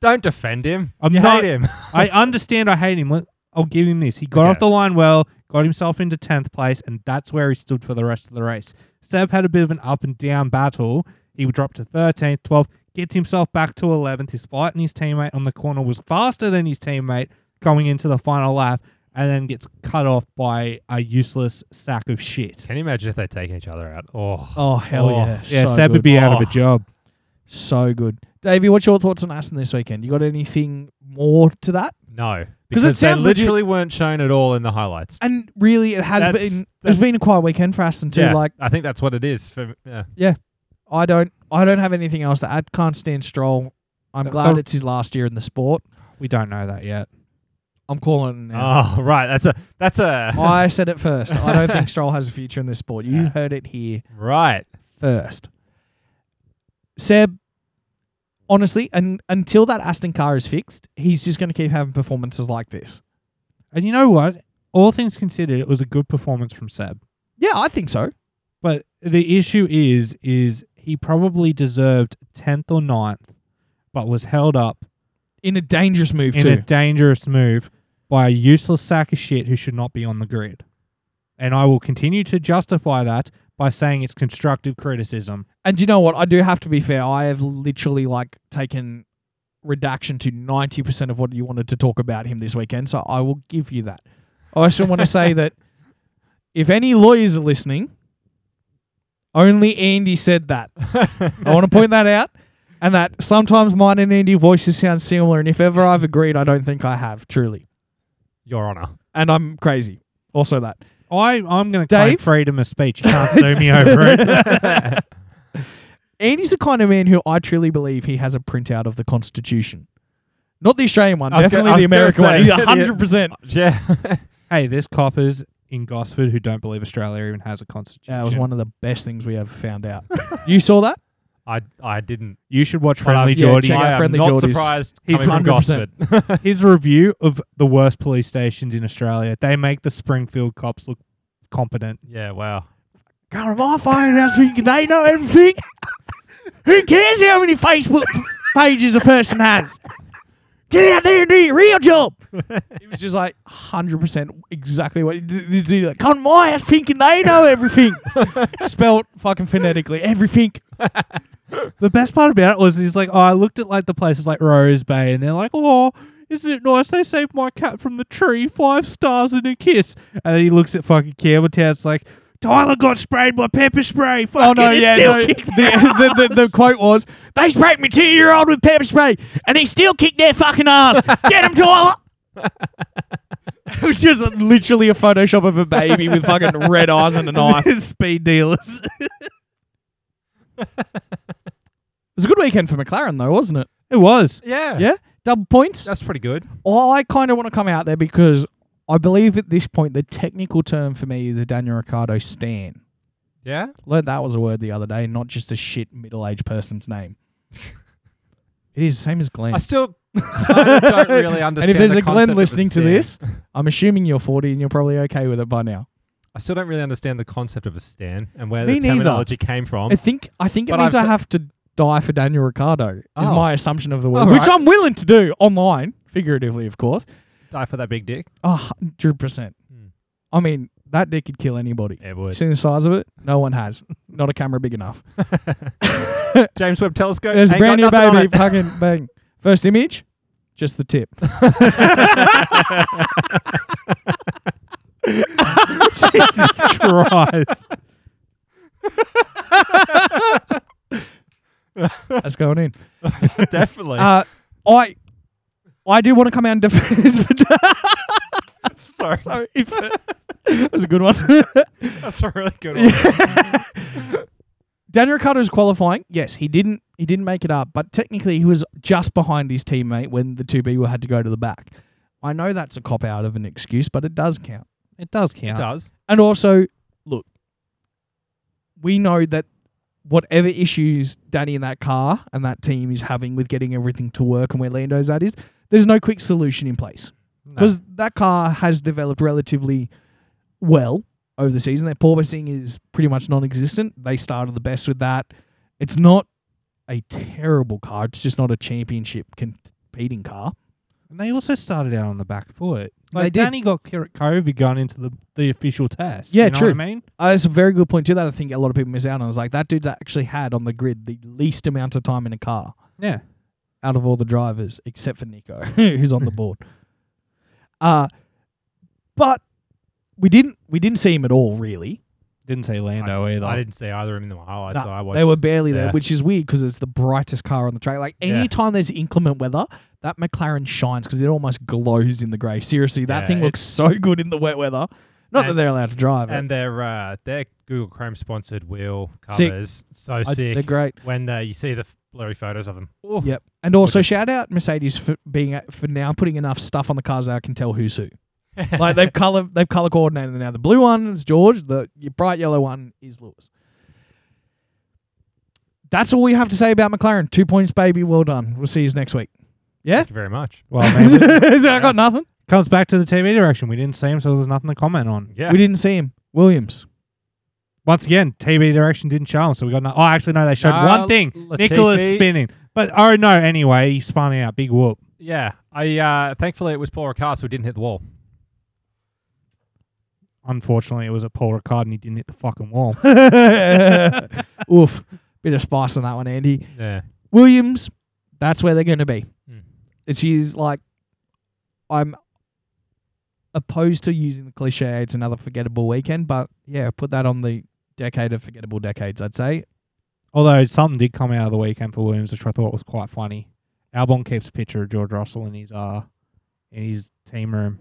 Speaker 3: Don't defend him.
Speaker 2: I'm
Speaker 3: you
Speaker 2: not-
Speaker 3: hate him.
Speaker 2: I understand. I hate him. Let- I'll give him this. He got
Speaker 3: Okay.
Speaker 2: off the line well, got himself into tenth place, and that's where he stood for the rest of the race. Seb had a bit of an up and down battle. He dropped to thirteenth, twelfth, gets himself back to eleventh. His fight and his teammate on the corner was faster than his teammate going into the final lap, and then gets cut off by a useless sack of shit.
Speaker 3: Can you imagine if they're taking each other out? Oh,
Speaker 1: Oh hell
Speaker 3: Oh,
Speaker 1: yeah!
Speaker 2: Yeah,
Speaker 1: so
Speaker 2: Seb
Speaker 1: good.
Speaker 2: would be out of
Speaker 3: Oh.
Speaker 2: a job.
Speaker 1: so good. Davey, what's your thoughts on Aston this weekend? You got anything more to that?
Speaker 3: no,
Speaker 1: 'Cause
Speaker 3: because
Speaker 1: it
Speaker 3: they
Speaker 1: sounds legit-
Speaker 3: literally weren't shown at all in the highlights.
Speaker 1: And really, it has
Speaker 3: That's-
Speaker 1: been it's been a quiet weekend for Aston too.
Speaker 3: yeah,
Speaker 1: Like
Speaker 3: I think that's what it is. For yeah,
Speaker 1: I don't I don't have anything else to add. Can't stand Stroll. I'm
Speaker 2: The-
Speaker 1: glad
Speaker 2: the-
Speaker 1: it's his last year in the sport.
Speaker 2: We don't know that yet.
Speaker 1: I'm calling it now.
Speaker 3: Oh, right. That's a that's
Speaker 2: Ah.
Speaker 3: a
Speaker 1: I said it first. I don't think Stroll has a future in this sport. You
Speaker 3: Yeah.
Speaker 1: heard it here
Speaker 3: right.
Speaker 1: first. Seb, honestly, and until that Aston car is fixed, he's just going to keep having performances like this.
Speaker 2: And you know what? All things considered, it was a good performance from Seb.
Speaker 1: Yeah, I think so.
Speaker 2: But the issue is, is he probably deserved tenth or 9th, but was held up
Speaker 1: In a dangerous move
Speaker 2: in
Speaker 1: too.
Speaker 2: a dangerous move by a useless sack of shit who should not be on the grid. And I will continue to justify that by saying it's constructive criticism.
Speaker 1: and you know what? I do have to be fair. I have literally like taken redaction to ninety percent of what you wanted to talk about him this weekend. So I will give you that. I also want to say that if any lawyers are listening, only Andy said that. I want to point that out. And that sometimes mine and Andy voices sound similar, and if ever I've agreed, I don't think I have, truly.
Speaker 3: Your Honor.
Speaker 1: And I'm crazy. Also that.
Speaker 2: I, I'm going to claim
Speaker 1: Dave?
Speaker 2: freedom of speech. You can't sue me over it.
Speaker 1: Andy's the kind of man who I truly believe he has a printout of the Constitution. Not the Australian one,
Speaker 3: I was go-
Speaker 1: definitely
Speaker 3: I was
Speaker 1: the
Speaker 3: gonna
Speaker 1: American
Speaker 3: say,
Speaker 1: one. He's
Speaker 3: yeah, the-
Speaker 1: 100%.
Speaker 3: Yeah.
Speaker 2: hey, there's coppers in Gosford who don't believe Australia even has a constitution.
Speaker 1: That was one of the best things we ever found out. you saw that?
Speaker 3: I I didn't.
Speaker 2: You should watch
Speaker 3: But
Speaker 2: Friendly
Speaker 3: I'm-
Speaker 1: uh, yeah,
Speaker 2: Geordie.
Speaker 1: check out
Speaker 3: I am
Speaker 1: Friendly
Speaker 3: not
Speaker 1: Geordies.
Speaker 3: surprised
Speaker 1: He's
Speaker 3: coming from
Speaker 1: 100%.
Speaker 3: Gosford.
Speaker 2: His review of the worst police stations in Australia. They make the Springfield cops look competent.
Speaker 3: yeah, wow.
Speaker 1: God, am I finding out so they know everything? Who cares how many Facebook pages a person has? Get out there and do your real job. it was just like 100% exactly what he's like. Come to my house, Pink, and they know everything. Spelt fucking phonetically, everything.
Speaker 2: The best part about it was he's like, oh, I looked at like the places like Rose Bay, and they're like, oh, isn't it nice? They saved my cat from the tree, five stars and a kiss. And then he looks at fucking Campbelltown. It's like, Tyler got sprayed by pepper spray.
Speaker 1: Oh
Speaker 2: Fucking
Speaker 1: no,
Speaker 2: it
Speaker 1: yeah,
Speaker 2: still
Speaker 1: no. The,
Speaker 2: kicked
Speaker 1: the, the, the quote was, "They sprayed me two year old with pepper spray, and he still kicked their fucking ass. Get him, Tyler." it was just literally a Photoshop of a baby with fucking red eyes and a knife. It
Speaker 2: his speed dealers.
Speaker 1: was a good weekend for McLaren, though, wasn't it?
Speaker 2: it was.
Speaker 3: Yeah.
Speaker 1: Yeah, double points.
Speaker 3: That's pretty good.
Speaker 1: Well, I kind of want to come out there because I believe at this point the technical term for me is a Daniel Ricciardo stan.
Speaker 3: Yeah.
Speaker 1: Learned that was a word the other day, not just a shit middle aged person's name. it is the same as Glenn.
Speaker 3: I still kinda don't really understand.
Speaker 1: And if there's
Speaker 3: the
Speaker 1: a
Speaker 3: concept
Speaker 1: Glenn
Speaker 3: of
Speaker 1: listening to
Speaker 3: stand.
Speaker 1: this, I'm assuming you're 40 and you're probably okay with it by now.
Speaker 3: I still don't really understand the concept of a stand and where
Speaker 1: Me
Speaker 3: the
Speaker 1: neither.
Speaker 3: terminology came from.
Speaker 1: I think I think it
Speaker 3: But
Speaker 1: means
Speaker 3: I've-
Speaker 1: i have to die for Daniel Ricciardo. Is
Speaker 3: Oh.
Speaker 1: my assumption of the word,
Speaker 3: All
Speaker 1: which
Speaker 3: right.
Speaker 1: I'm willing to do online, figuratively, of course.
Speaker 3: Die for that big dick.
Speaker 1: A hundred percent.
Speaker 3: Hmm.
Speaker 1: I mean, that dick could kill anybody.
Speaker 3: It would.
Speaker 1: Seen the size of it? No one has. Not a camera big enough.
Speaker 3: James Webb telescope.
Speaker 1: There's a brand
Speaker 3: ain't got
Speaker 1: new
Speaker 3: nothing on
Speaker 1: baby.
Speaker 3: it.
Speaker 1: Fucking bang. First image, just the tip.
Speaker 2: Jesus Christ.
Speaker 1: That's going in.
Speaker 3: Definitely.
Speaker 1: Uh, I, I do want to come out and defend.
Speaker 3: sorry.
Speaker 1: Sorry, if, that was a good one.
Speaker 3: That's a really good one.
Speaker 1: Daniel Ricciardo's qualifying. Yes, he didn't he didn't make it up, but technically he was just behind his teammate when the two B had to go to the back. I know that's a cop out of an excuse, but it does count.
Speaker 2: It does
Speaker 3: It
Speaker 2: count.
Speaker 3: does.
Speaker 1: And also, look, we know that whatever issues Danny and that car and that team is having with getting everything to work and where Lando's at is, there's no quick solution in place because that car has developed relatively well over the season. Their porpoising is pretty much non-existent. They started the best with that. It's not a terrible car. It's just not a championship competing car.
Speaker 2: And they also started out on the back foot. Like
Speaker 1: They did.
Speaker 2: Danny got got COVID going into the, the official test.
Speaker 1: Yeah,
Speaker 2: you know
Speaker 1: true.
Speaker 2: What I mean,
Speaker 1: Uh, it's a very good point too that I think a lot of people miss out on. Is like that dude's actually had on the grid the least amount of time in a car
Speaker 2: yeah,
Speaker 1: out of all the drivers except for Nico, who's on the board. Uh but we didn't we didn't see him at all really.
Speaker 2: didn't say Lando either.
Speaker 3: I didn't see either of them in the highlights.
Speaker 1: No,
Speaker 3: so I watched.
Speaker 1: They were barely there,
Speaker 3: Yeah.
Speaker 1: which is weird because it's the brightest car on the track. Like
Speaker 3: Yeah.
Speaker 1: anytime there's inclement weather, that McLaren shines because it almost glows in the grey. Seriously, that
Speaker 3: Yeah,
Speaker 1: thing
Speaker 3: it-
Speaker 1: looks so good in the wet weather. Not that
Speaker 3: And-
Speaker 1: they're allowed to drive. it.
Speaker 3: and their uh, their Google Chrome sponsored wheel
Speaker 1: Sick.
Speaker 3: covers so
Speaker 1: I-
Speaker 3: sick.
Speaker 1: they're great. Oh.
Speaker 3: when uh, you see the f- blurry photos of them.
Speaker 1: Yep. And also
Speaker 3: Gorgeous.
Speaker 1: shout out Mercedes for being a- for now putting enough stuff on the cars that I can tell who's who. like they've color they've color coordinated now. The blue one is George. The y- bright yellow one is Lewis. That's all we have to say about McLaren. Two points, baby. Well done. We'll see you next week. Yeah.
Speaker 3: Thank you very much.
Speaker 2: Well,
Speaker 1: so
Speaker 2: Oh, man, it
Speaker 1: I got nothing.
Speaker 2: comes back to the TV direction. We didn't see him, so there's nothing to comment on.
Speaker 3: Yeah.
Speaker 1: We didn't see him. Williams.
Speaker 2: Once again, TV direction didn't show him, so we got no. Oh, actually, no, they showed
Speaker 3: No,
Speaker 2: one thing:
Speaker 3: Uh, Latifi.
Speaker 2: Nicholas spinning. But oh no, anyway, he spun out. Big whoop.
Speaker 3: yeah. I uh, thankfully it was Paul Ricard, so we didn't hit the wall.
Speaker 2: Unfortunately, it was a Paul Ricard, and he didn't hit the fucking wall.
Speaker 1: Oof. Bit of spice on that one, Andy.
Speaker 3: Yeah.
Speaker 1: Williams. That's where they're going to be.
Speaker 3: Mm.
Speaker 1: And she's like, I'm opposed to using the cliche, it's another forgettable weekend, but yeah, put that on the decade of forgettable decades, I'd say.
Speaker 2: Although something did come out of the weekend for Williams, which I thought was quite funny. Albon keeps a picture of George Russell in his uh in his team room.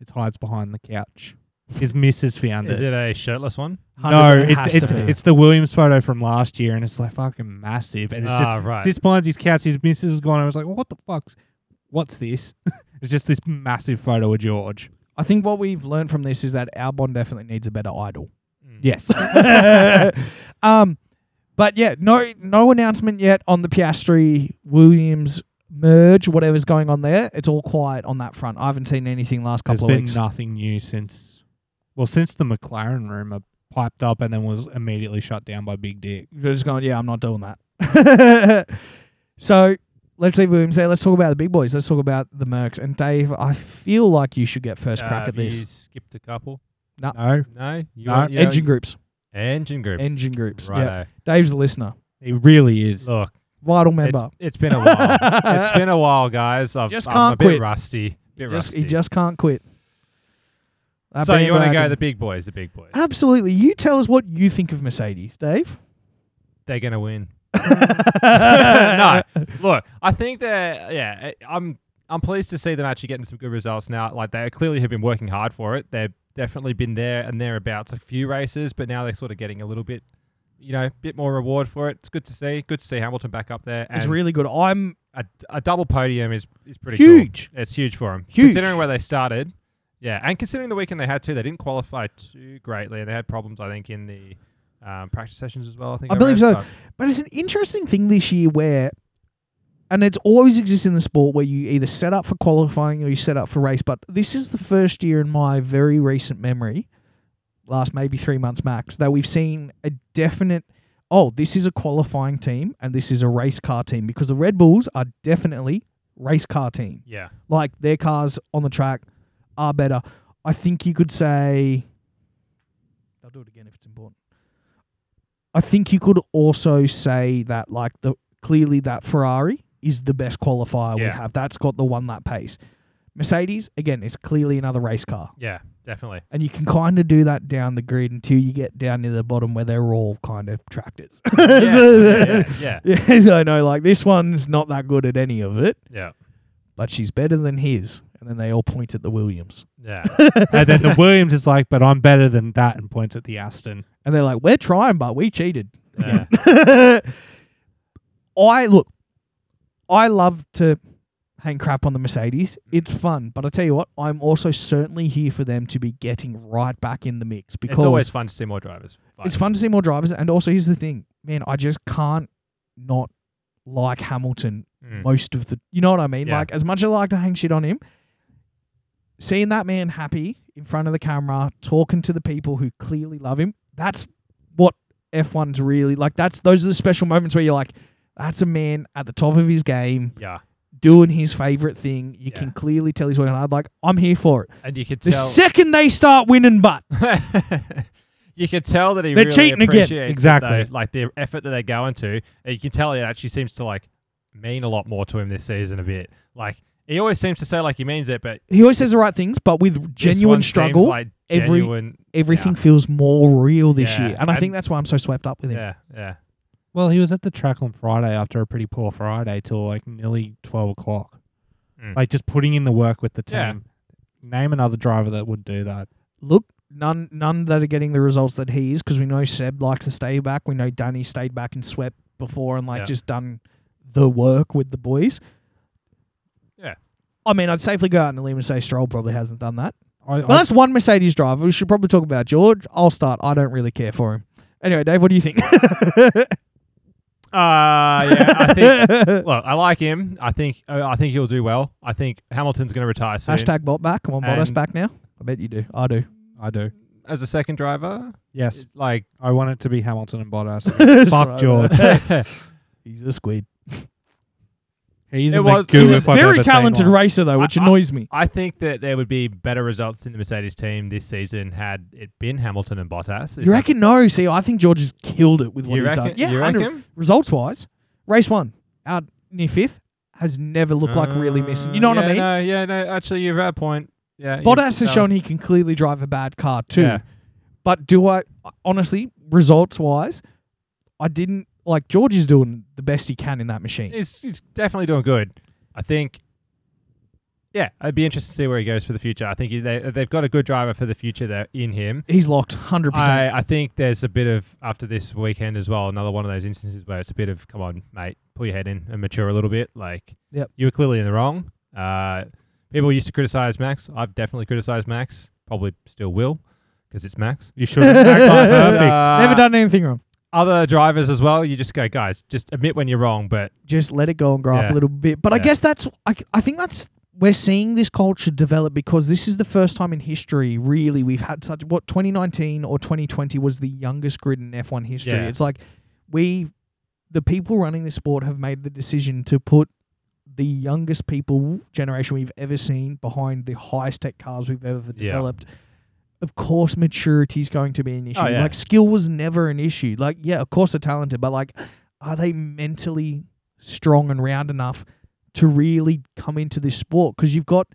Speaker 2: It hides behind the couch. His missus found
Speaker 3: Is it a shirtless one?
Speaker 2: No,
Speaker 1: 100% it has
Speaker 2: it's
Speaker 1: to
Speaker 2: it's,
Speaker 1: be.
Speaker 2: it's the Williams photo from last year, and it's like fucking massive, and it's
Speaker 3: Ah,
Speaker 1: Oh,
Speaker 2: just
Speaker 3: right.
Speaker 2: this behind his couch. His missus is gone. I was like, what the fuck's what's this? it's just this massive photo of George.
Speaker 1: I think what we've learned from this is that Albon definitely needs a better idol.
Speaker 3: Mm.
Speaker 2: Yes,
Speaker 1: um, but yeah, no, no announcement yet on the Piastri Williams merge, whatever's going on there. It's all quiet on that front. I haven't seen anything last
Speaker 2: there's
Speaker 1: couple of
Speaker 2: been
Speaker 1: weeks.
Speaker 2: nothing new since well since the McLaren rumor piped up and then was immediately shut down by Big Dick.
Speaker 1: You're just going, yeah, I'm not doing that. so let's leave Williams there. Let's talk about the big boys. Let's talk about the Mercs. And Dave, I feel like you should get first
Speaker 3: Uh,
Speaker 1: crack at
Speaker 3: have You
Speaker 1: this.
Speaker 3: skipped a couple.
Speaker 1: Ah.
Speaker 2: No,
Speaker 3: No. You
Speaker 2: No.
Speaker 3: want- you
Speaker 1: Engine
Speaker 3: want-
Speaker 1: groups.
Speaker 3: Engine groups.
Speaker 1: Engine groups. Yeah.
Speaker 3: Right.
Speaker 1: Dave's a listener.
Speaker 2: it really is.
Speaker 3: Look,
Speaker 1: Vital
Speaker 3: it's,
Speaker 1: member.
Speaker 3: it's been a while. it's been a while, guys. I've,
Speaker 1: Just
Speaker 3: I'm a
Speaker 1: can't
Speaker 3: bit
Speaker 1: quit.
Speaker 3: rusty. Bit
Speaker 1: Just,
Speaker 3: rusty.
Speaker 1: he just can't quit. That
Speaker 3: so you want to go
Speaker 1: bandwagon.
Speaker 3: the big boys? The big boys.
Speaker 1: Absolutely. You tell us what you think of Mercedes, Dave.
Speaker 3: They're gonna win. no, look, I think that yeah, I- I'm I'm pleased to see them actually getting some good results now. Like they clearly have been working hard for it. They've definitely been there and thereabouts a few races, but now they're sort of getting a little bit, you know, bit more reward for it. It's good to see. Good to see Hamilton back up there. And
Speaker 1: It's really good. I'm
Speaker 3: a, a double podium is is pretty cool.
Speaker 1: huge.
Speaker 3: It's huge for them.
Speaker 1: Huge.
Speaker 3: Considering where they started. Yeah, and considering the weekend they had too, they didn't qualify too greatly, and they had problems, I think, in the um, practice sessions as well. I think
Speaker 1: I believe so.
Speaker 3: read, but-
Speaker 1: But it's an interesting thing this year where, and it's always exists in the sport where you either set up for qualifying or you set up for race. But this is the first year in my very recent memory, last maybe three months max, that we've seen a definite. Oh, this is a qualifying team and this is a race car team because the Red Bulls are definitely race car team.
Speaker 3: Yeah,
Speaker 1: Like their cars on the track are better. I think you could say. I'll do it again if it's important. I think you could also say that, like the clearly that Ferrari is the best qualifier we
Speaker 3: Yeah.
Speaker 1: have. That's got the one lap pace. Mercedes again is clearly another race car,
Speaker 3: yeah, definitely.
Speaker 1: and you can kind of do that down the grid until you get down near the bottom where they're all kind of tractors.
Speaker 3: yeah, yeah, yeah,
Speaker 1: yeah, so I know. Like this one's not that good at any of it,
Speaker 3: yeah,
Speaker 1: but she's better than his. And then they all point at the Williams.
Speaker 3: yeah.
Speaker 2: and then the Williams is like, but I'm better than that, and points at the Aston.
Speaker 1: And they're like, we're trying, but we cheated.
Speaker 3: yeah.
Speaker 1: I look, I love to hang crap on the Mercedes. It's fun, but I tell you what, I'm also certainly here for them to be getting right back in the mix because
Speaker 3: It's always fun to see more drivers. fight.
Speaker 1: it's fun to see more drivers. And also, here's the thing, man, I just can't not like Hamilton
Speaker 3: Mm.
Speaker 1: most of the. You know what I mean?
Speaker 3: Yeah.
Speaker 1: Like as much as I like to hang shit on him, seeing that man happy in front of the camera, talking to the people who clearly love him, that's what F1's really like. That's those are the special moments where you're like, that's a man at the top of his game
Speaker 3: Yeah,
Speaker 1: doing his favorite thing. You
Speaker 3: Yeah.
Speaker 1: can clearly tell he's working hard. Like I'm here for it.
Speaker 3: and you could
Speaker 1: The
Speaker 3: tell.
Speaker 1: second they start winning, but
Speaker 3: you could tell that he
Speaker 1: They're
Speaker 3: really
Speaker 1: cheating again.
Speaker 3: appreciates it,
Speaker 2: Exactly.
Speaker 3: though, like the effort that they go into. And you can tell it actually seems to like mean a lot more to him this season. A bit like he always seems to say like he means it, but
Speaker 1: he always says the right things, but with
Speaker 3: this one
Speaker 1: genuine
Speaker 3: seems
Speaker 1: struggle.
Speaker 3: like
Speaker 1: every-
Speaker 3: genuine,
Speaker 1: Everything feels more real this
Speaker 3: Yeah,
Speaker 1: year. And I
Speaker 3: and-
Speaker 1: think that's why I'm so swept up with him.
Speaker 3: yeah, yeah,
Speaker 2: Well, he was at the track on Friday after a pretty poor Friday till like nearly twelve o'clock.
Speaker 3: Mm.
Speaker 2: Like just putting in the work with the team.
Speaker 3: Yeah.
Speaker 2: Name another driver that would do that.
Speaker 1: Look, none none that are getting the results that he is because we know Seb likes to stay back. We know Danny stayed back and swept before and like
Speaker 3: Yeah.
Speaker 1: just done the work with the boys.
Speaker 3: Yeah.
Speaker 1: I mean, I'd safely go out and a limb and say Stroll probably hasn't done that.
Speaker 2: I,
Speaker 1: But that's one Mercedes driver. We should probably talk about George. I'll start. I don't really care for him. Anyway, Dave, what do you think?
Speaker 3: Uh, yeah, I think. Look, I like him. I think uh, I think he'll do well. I think Hamilton's going to retire soon
Speaker 1: Hashtag bot back. Come on, bot us
Speaker 3: And-
Speaker 1: back now. I bet you do. I do.
Speaker 2: I do.
Speaker 3: as a second driver.
Speaker 2: Yes,
Speaker 3: Like,
Speaker 2: I want it to be Hamilton and Bottas.
Speaker 1: Sorry,
Speaker 2: Fuck George.
Speaker 1: man.
Speaker 3: yeah,
Speaker 1: He's a squid.
Speaker 2: He's
Speaker 3: It
Speaker 2: a
Speaker 3: was-
Speaker 2: McGoo
Speaker 3: He's a
Speaker 2: if I've
Speaker 1: very
Speaker 2: ever seen
Speaker 1: talented
Speaker 2: one.
Speaker 1: racer though, which
Speaker 3: I- I-
Speaker 1: annoys me.
Speaker 3: I think that there would be better results in the Mercedes team this season had it been Hamilton and Bottas. Is
Speaker 1: You
Speaker 3: that-
Speaker 1: reckon? No. See, I think George has killed it with what
Speaker 3: You
Speaker 1: he's
Speaker 3: reckon?
Speaker 1: done. Yeah,
Speaker 3: you
Speaker 1: 100
Speaker 3: reckon?
Speaker 1: results wise, race one out near fifth has never looked like really missing. You know what
Speaker 3: Uh, yeah,
Speaker 1: I mean?
Speaker 3: No, yeah, no. Actually, you've had a point. Yeah, you've
Speaker 1: Bottas has
Speaker 3: done-
Speaker 1: shown he can clearly drive a bad car too.
Speaker 3: Yeah.
Speaker 1: But do I honestly, results wise, I didn't like George is doing the best he can in that machine.
Speaker 3: He's he's definitely doing good. I think. Yeah, I'd be interested to see where he goes for the future. I think he, they they've got a good driver for the future there in him.
Speaker 1: He's locked hundred percent.
Speaker 3: I, I think there's a bit of after this weekend as well another one of those instances where it's a bit of come on mate pull your head in and mature a little bit like
Speaker 1: Yep.
Speaker 3: you were clearly in the wrong uh, people used to criticize max i've definitely criticized max probably still will because it's max
Speaker 2: You should have act like perfect.
Speaker 3: Uh,
Speaker 1: Never done anything wrong.
Speaker 3: other drivers as well you just go guys just admit when you're wrong but
Speaker 1: Just let it go and grow up
Speaker 3: Yeah.
Speaker 1: a little bit. But I
Speaker 3: Yeah.
Speaker 1: guess that's I, I think that's we're seeing this culture develop because this is the first time in history really we've had such what 2019 or 2020 was the youngest grid in F1 history.
Speaker 3: Yeah.
Speaker 1: It's like we the people running this sport have made the decision to put the youngest people generation we've ever seen behind the highest tech cars we've ever
Speaker 3: Yeah.
Speaker 1: developed. Of course, maturity is going to be an issue.
Speaker 3: Oh, yeah.
Speaker 1: Like skill was never an issue. Like yeah, of course they're talented, but like, are they mentally strong and round enough to really come into this sport? Because you've got,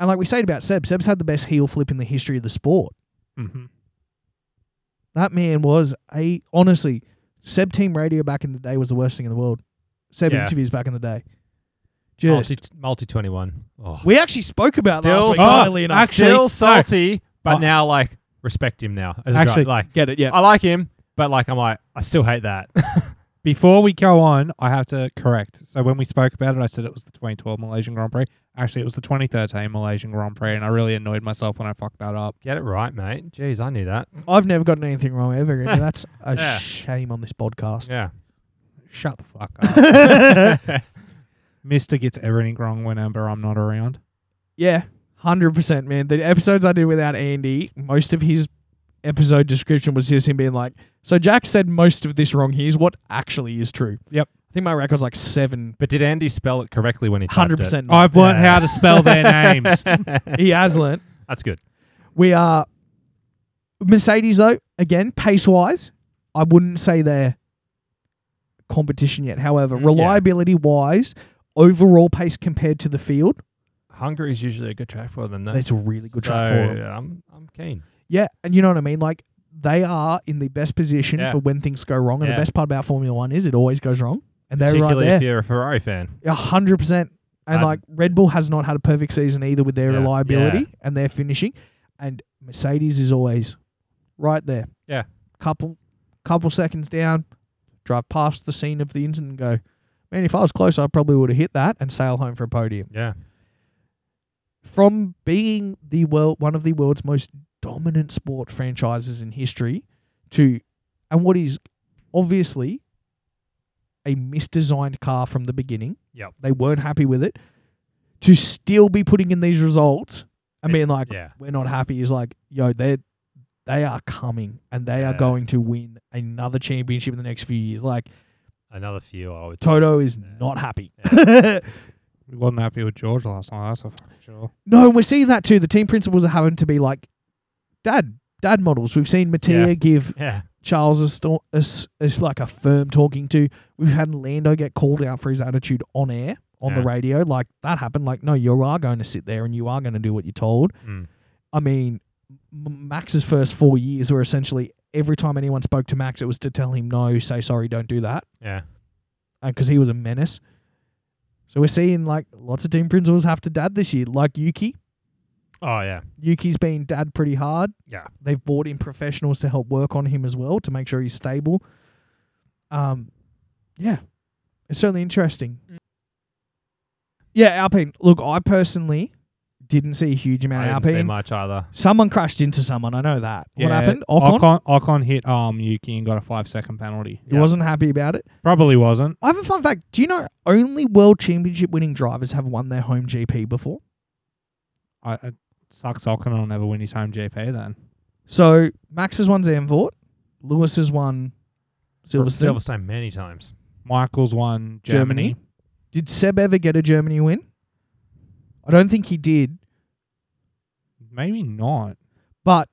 Speaker 1: and like we said about Seb, Seb's had the best heel flip in the history of the sport.
Speaker 2: Mhm.
Speaker 1: That man was a honestly, Seb team radio back in the day was the worst thing in the world. Seb
Speaker 3: Yeah.
Speaker 1: interviews back in the day. Just
Speaker 3: multi, multi 21 oh.
Speaker 1: we actually spoke about
Speaker 3: Still-
Speaker 1: last week.
Speaker 2: Oh,
Speaker 1: funnily enough.
Speaker 2: actually- no.
Speaker 3: still salty but
Speaker 2: Oh.
Speaker 3: now like respect him now as a
Speaker 2: Actually,
Speaker 3: driver. like
Speaker 1: get it? Yeah.
Speaker 3: i like him but like i'm like i still hate that
Speaker 2: Before we go on, I have to correct. So when we spoke about it, I said it was the 2012 Malaysian Grand Prix. Actually, it was the 2013 Malaysian Grand Prix, and I really annoyed myself when I fucked that up.
Speaker 3: get it right mate jeez i knew that
Speaker 1: I've never gotten anything wrong ever, and that's a
Speaker 3: Yeah.
Speaker 1: shame on this podcast.
Speaker 3: yeah
Speaker 2: Shut the fuck up. Mister gets everything wrong whenever I'm not around.
Speaker 1: Yeah, hundred percent, man. The episodes I did without Andy, most of his episode description was just him being like, "So Jack said most of this wrong. Here's what actually is true."
Speaker 2: Yep.
Speaker 1: I think my record's like seven.
Speaker 3: But did Andy spell it correctly when he typed
Speaker 1: Hundred
Speaker 3: it?
Speaker 1: percent.
Speaker 2: I've learned
Speaker 3: Yeah.
Speaker 2: how to spell their names.
Speaker 1: He has learnt.
Speaker 3: That's good.
Speaker 1: We are Mercedes though. Again, pace wise, I wouldn't say they're competition yet. However,
Speaker 3: Mm, yeah.
Speaker 1: reliability wise, overall pace compared to the field,
Speaker 3: Hungary is usually a good track for them, though.
Speaker 1: it's a really good track for them.
Speaker 3: I'm, I'm keen.
Speaker 1: Yeah, and you know what I mean. Like they are in the best position
Speaker 3: Yeah.
Speaker 1: for when things go wrong, and the
Speaker 3: Yeah.
Speaker 1: best part about Formula One is it always goes wrong, and they're right
Speaker 3: Particularly if
Speaker 1: there,
Speaker 3: you're a Ferrari fan.
Speaker 1: a hundred percent. And
Speaker 3: I'd-
Speaker 1: like Red Bull has not had a perfect season either with their
Speaker 3: Yeah,
Speaker 1: reliability
Speaker 3: yeah.
Speaker 1: and their finishing, and Mercedes is always right there.
Speaker 3: Yeah.
Speaker 1: couple, couple seconds down, drive past the scene of the incident, and go, man, if I was close, I probably would have hit that and sail home for a podium
Speaker 3: Yeah.
Speaker 1: from being the world one of the world's most dominant sport franchises in history to and what is obviously a misdesigned car from the beginning.
Speaker 3: Yep.
Speaker 1: They weren't happy with it. To still be putting in these results and
Speaker 3: It-
Speaker 1: being like,
Speaker 3: Yeah.
Speaker 1: we're not happy is like, yo, they they are coming and they are
Speaker 3: Yeah.
Speaker 1: going to win another championship in the next few years. Like
Speaker 3: Another few, I would.
Speaker 1: Toto is
Speaker 3: Yeah.
Speaker 1: not happy.
Speaker 2: we wasn't happy with George last night. That's for fucking sure.
Speaker 1: No, and we're seeing that too. The team principals are having to be like dad, dad models. We've seen Mattia
Speaker 3: Yeah.
Speaker 1: give
Speaker 3: yeah.
Speaker 1: Charles a, sto- a s- a s- like a firm talking to. We've had Lando get called out for his attitude on air on the
Speaker 3: Yeah.
Speaker 1: radio. Like that happened. Like no, you are going to sit there and you are going to do what you're told.
Speaker 3: Mm.
Speaker 1: I mean, M- Max's first four years were essentially every time anyone spoke to Max, it was to tell him no, say sorry, don't do that
Speaker 3: Yeah.
Speaker 1: because he was a menace. So we're seeing like lots of team principals have to dad this year, like Yuki.
Speaker 3: Oh yeah.
Speaker 1: Yuki's been dad pretty hard.
Speaker 3: Yeah.
Speaker 1: They've brought in professionals to help work on him as well to make sure he's stable. Um, yeah, it's certainly interesting.
Speaker 3: Mm.
Speaker 1: Yeah, Alpine. Look, I personally didn't see a huge amount
Speaker 3: I
Speaker 1: of
Speaker 3: didn't see
Speaker 1: Alpine.
Speaker 3: much either.
Speaker 1: Someone crashed into someone. I know that.
Speaker 2: Yeah,
Speaker 1: What happened? Ocon.
Speaker 2: Ocon? Ocon hit um Yuki and got a five second penalty.
Speaker 1: He wasn't happy about it.
Speaker 2: Probably wasn't.
Speaker 1: I have a fun fact. Do you know only world championship winning drivers have won their home GP before?
Speaker 2: I, it sucks. Ocon will never win his home GP then.
Speaker 1: So Max has won Zandvoort. Lewis has won Silverstone.
Speaker 3: Silverstone many times.
Speaker 2: Michael's won Germany.
Speaker 1: Germany. Did Seb ever get a Germany win? I don't think he did,
Speaker 2: Maybe not.
Speaker 1: but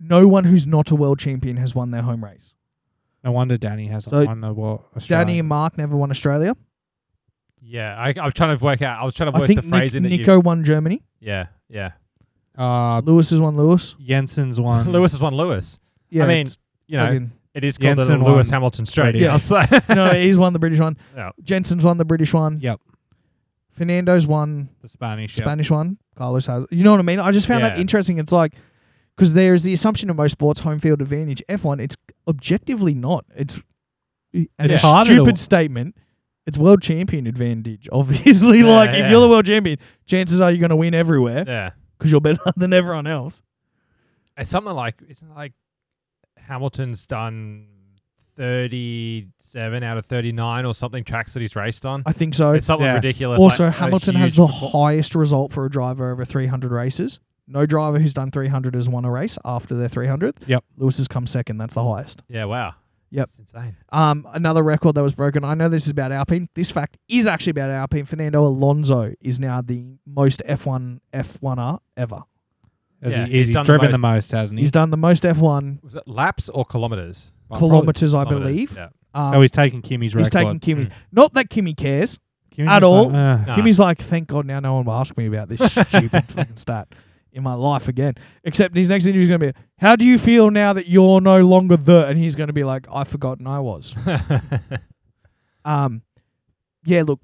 Speaker 1: no one who's not a world champion has won their home race.
Speaker 2: No wonder Danny hasn't
Speaker 1: So,
Speaker 2: won the world.
Speaker 1: Danny
Speaker 2: Australian.
Speaker 1: and Mark never won Australia.
Speaker 3: Yeah, I, I'm trying to work out. I was trying to
Speaker 1: I
Speaker 3: work
Speaker 1: think
Speaker 3: the phrase
Speaker 1: Nic-
Speaker 3: in that you-
Speaker 1: Nico won Germany.
Speaker 3: Yeah, yeah.
Speaker 2: uh,
Speaker 1: Lewis has won Lewis.
Speaker 2: Jensen's won.
Speaker 3: Lewis has won Lewis.
Speaker 1: Yeah,
Speaker 3: I mean,
Speaker 1: it's
Speaker 3: you know,
Speaker 1: fucking-
Speaker 3: it is called
Speaker 2: Jensen
Speaker 3: the Lewis
Speaker 2: won.
Speaker 3: Hamilton straight.
Speaker 2: Yeah.
Speaker 3: Yeah. So,
Speaker 1: no, he's won the British one.
Speaker 3: Yeah.
Speaker 1: Jensen's won the British one.
Speaker 2: Yep.
Speaker 1: Fernando's won
Speaker 2: the Spanish. yep.
Speaker 1: Spanish one. Carlos has. You know what I mean? I just found that
Speaker 3: Yeah.
Speaker 1: interesting. It's like because there is the assumption in most sports home field advantage. F one, it's objectively not. It's it's
Speaker 2: It's
Speaker 1: a
Speaker 2: harder to-
Speaker 1: stupid statement. It's world champion advantage. Obviously,
Speaker 3: Yeah,
Speaker 1: like if
Speaker 3: yeah.
Speaker 1: you're the world champion, chances are you're going to win everywhere
Speaker 3: yeah,
Speaker 1: because you're better than everyone else.
Speaker 3: it's something like it's like Hamilton's done 37 out of 39 or something tracks that he's raced on.
Speaker 1: I think so.
Speaker 3: It's something
Speaker 2: yeah.
Speaker 3: ridiculous.
Speaker 1: Oh, Also,
Speaker 3: like a
Speaker 1: Hamilton has the
Speaker 3: huge perfor-
Speaker 1: highest result for a driver over 300 races. No driver who's done 300 has won a race after their 300th.
Speaker 2: Yep.
Speaker 1: Lewis has come second. That's the highest.
Speaker 3: Yeah, wow.
Speaker 1: Yep.
Speaker 3: It's insane.
Speaker 1: Um, another record that was broken. I know this is about Alpine. This fact is actually about Alpine. Fernando Alonso is now the most F1 F1er ever.
Speaker 3: Mm-hmm.
Speaker 2: As
Speaker 3: Yeah,
Speaker 2: he-
Speaker 3: he's
Speaker 2: he's
Speaker 3: done the
Speaker 2: driven the most, hasn't he?
Speaker 1: He's done the most F1
Speaker 3: Was it laps or kilometers?
Speaker 1: kilometers, I
Speaker 3: Kilometers,
Speaker 1: believe.
Speaker 3: Yeah.
Speaker 1: Um,
Speaker 2: so he's taking Kimmy's
Speaker 1: he's
Speaker 2: record.
Speaker 1: taken Kimi.
Speaker 3: Mm.
Speaker 1: Not that Kimi cares.
Speaker 2: Kimmy's
Speaker 1: at
Speaker 2: just uh,
Speaker 1: all.
Speaker 2: like, "Ugh."
Speaker 3: No.
Speaker 1: Kimmy's like, thank God now no one will ask me about this stupid fucking stat in my life again. Except his next interview is going to be, how do you feel now that you're no longer the? And he's going to be like, I've forgotten I was. Um, yeah, look,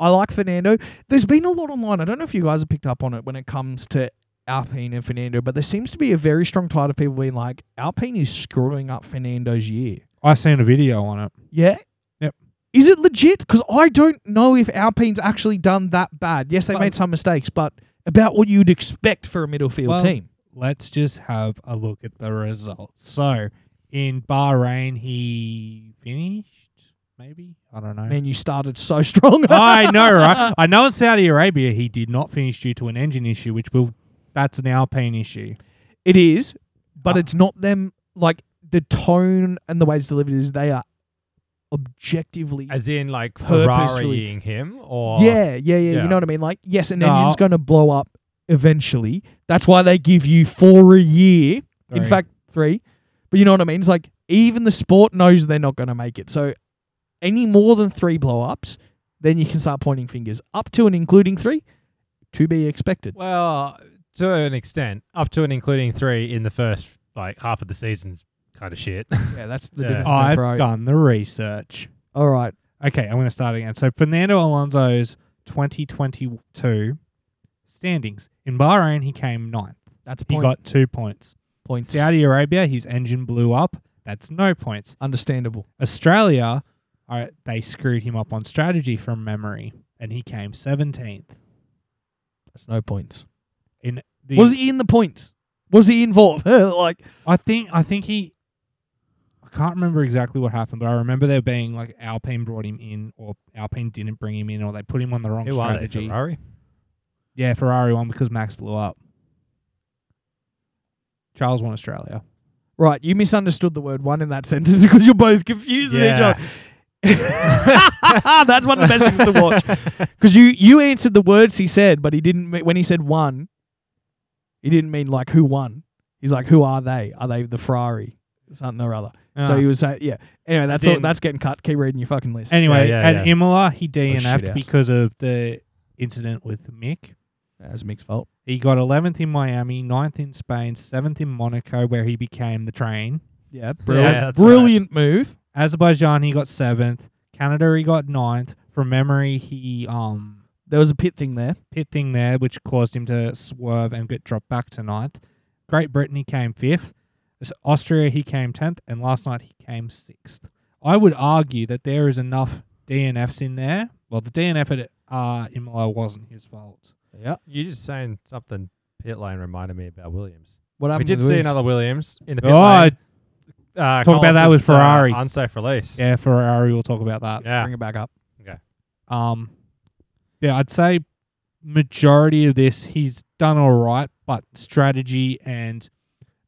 Speaker 1: I like Fernando. There's been a lot online. I don't know if you guys have picked up on it when it comes to Alpine and Fernando, but there seems to be a very strong tide of people being like, Alpine is screwing up Fernando's year.
Speaker 2: I seen a video on it.
Speaker 1: Yeah.
Speaker 2: Yep.
Speaker 1: Is it legit? Because I don't know if Alpine's actually done that bad. Yes, they
Speaker 2: Well-
Speaker 1: made some mistakes, but about what you'd expect for a middle field
Speaker 2: Well-
Speaker 1: team.
Speaker 2: Let's just have a look at the results. So in Bahrain, he finished. Maybe I don't know.
Speaker 1: Man, you started so strong.
Speaker 2: I know, right? I know in Saudi Arabia he did not finish due to an engine issue, which will that's an Alpine issue.
Speaker 1: It is, but
Speaker 2: Ah.
Speaker 1: it's not them. Like the tone and the way it's delivered is they are objectively.
Speaker 3: As in, like,
Speaker 1: Purposefully.
Speaker 3: Ferrariing him or.
Speaker 1: yeah, yeah, yeah,
Speaker 3: Yeah.
Speaker 1: You know what I mean? Like, yes, an
Speaker 2: No.
Speaker 1: engine's going to blow up eventually. That's why they give you four a year. In
Speaker 2: Sorry.
Speaker 1: fact, three. But you know what I mean? It's like even the sport knows they're not going to make it. So any more than three blow ups, then you can start pointing fingers up to and including three, to be expected.
Speaker 3: Well, to an extent, up to and including three in the first like half of the season's kind of shit.
Speaker 1: Yeah, that's the
Speaker 3: Yeah.
Speaker 1: difference. between
Speaker 2: I've
Speaker 1: Ferrari.
Speaker 2: done the research.
Speaker 1: All right.
Speaker 2: Okay, I'm going to start again. So Fernando Alonso's 2022 standings in Bahrain, he came ninth.
Speaker 1: That's
Speaker 2: He
Speaker 1: point,
Speaker 2: got two points.
Speaker 1: points.
Speaker 2: Saudi Arabia, his engine blew up. That's no points.
Speaker 1: Understandable.
Speaker 2: Australia, all right, they screwed him up on strategy from memory, and he came 17th.
Speaker 1: That's no points.
Speaker 2: In the,
Speaker 1: Was he in the points? Was he involved? like
Speaker 2: I think I think he. I can't remember exactly what happened, but I remember there being like Alpine brought him in, or Alpine didn't bring him in, or they put him on the wrong
Speaker 3: Who are they?
Speaker 2: strategy.
Speaker 3: Ferrari?
Speaker 2: yeah, Ferrari won because Max blew up. Charles won Australia.
Speaker 1: right, you misunderstood the word one in that sentence because you're both confusing each
Speaker 3: Yeah.
Speaker 1: other. That's one of the best things to watch because you you answered the words he said, but he didn't. me- When he said one, he didn't mean like who won. He's like, who are they? Are they the Ferrari? Something or other. So
Speaker 2: Ah.
Speaker 1: he was saying, yeah. Anyway, that's
Speaker 3: As
Speaker 1: all,
Speaker 3: in-
Speaker 1: that's getting cut. Keep reading your fucking list.
Speaker 2: anyway,
Speaker 3: Yeah, yeah,
Speaker 2: at
Speaker 3: yeah. Oh,
Speaker 2: Imola, he
Speaker 1: shit
Speaker 2: DNF'd
Speaker 1: house.
Speaker 2: because of the incident with Mick.
Speaker 1: That's Mick's fault.
Speaker 2: He got 11th in Miami, 9th in Spain, 7th in Monaco, where he became the train.
Speaker 1: Yeah,
Speaker 3: Yeah,
Speaker 1: brilliant,
Speaker 3: that's all right.
Speaker 1: brilliant move.
Speaker 2: Azerbaijan, he got 7th. Canada, he got 9th. From memory, he um
Speaker 1: There was a pit thing there.
Speaker 2: pit thing there, which caused him to swerve and get dropped back to ninth. Great Britain, he came fifth. Aus- Austria, he came 10th. And last night, he came sixth. I would argue that there is enough DNFs in there. Well, the DNF at uh, Imola wasn't his fault.
Speaker 1: Yeah.
Speaker 3: You just saying something pit lane reminded me about Williams.
Speaker 1: What
Speaker 3: we
Speaker 1: happened?
Speaker 3: did
Speaker 1: with
Speaker 3: see
Speaker 1: Williams?
Speaker 3: another Williams in the pit
Speaker 2: Oh,
Speaker 3: lane. Uh,
Speaker 2: talk about that with
Speaker 3: Collins's, uh,
Speaker 2: Ferrari.
Speaker 3: unsafe release.
Speaker 2: yeah, Ferrari, we'll talk about that.
Speaker 3: yeah.
Speaker 1: Bring it back up.
Speaker 2: Um, yeah, I'd say majority of this he's done all right, but strategy and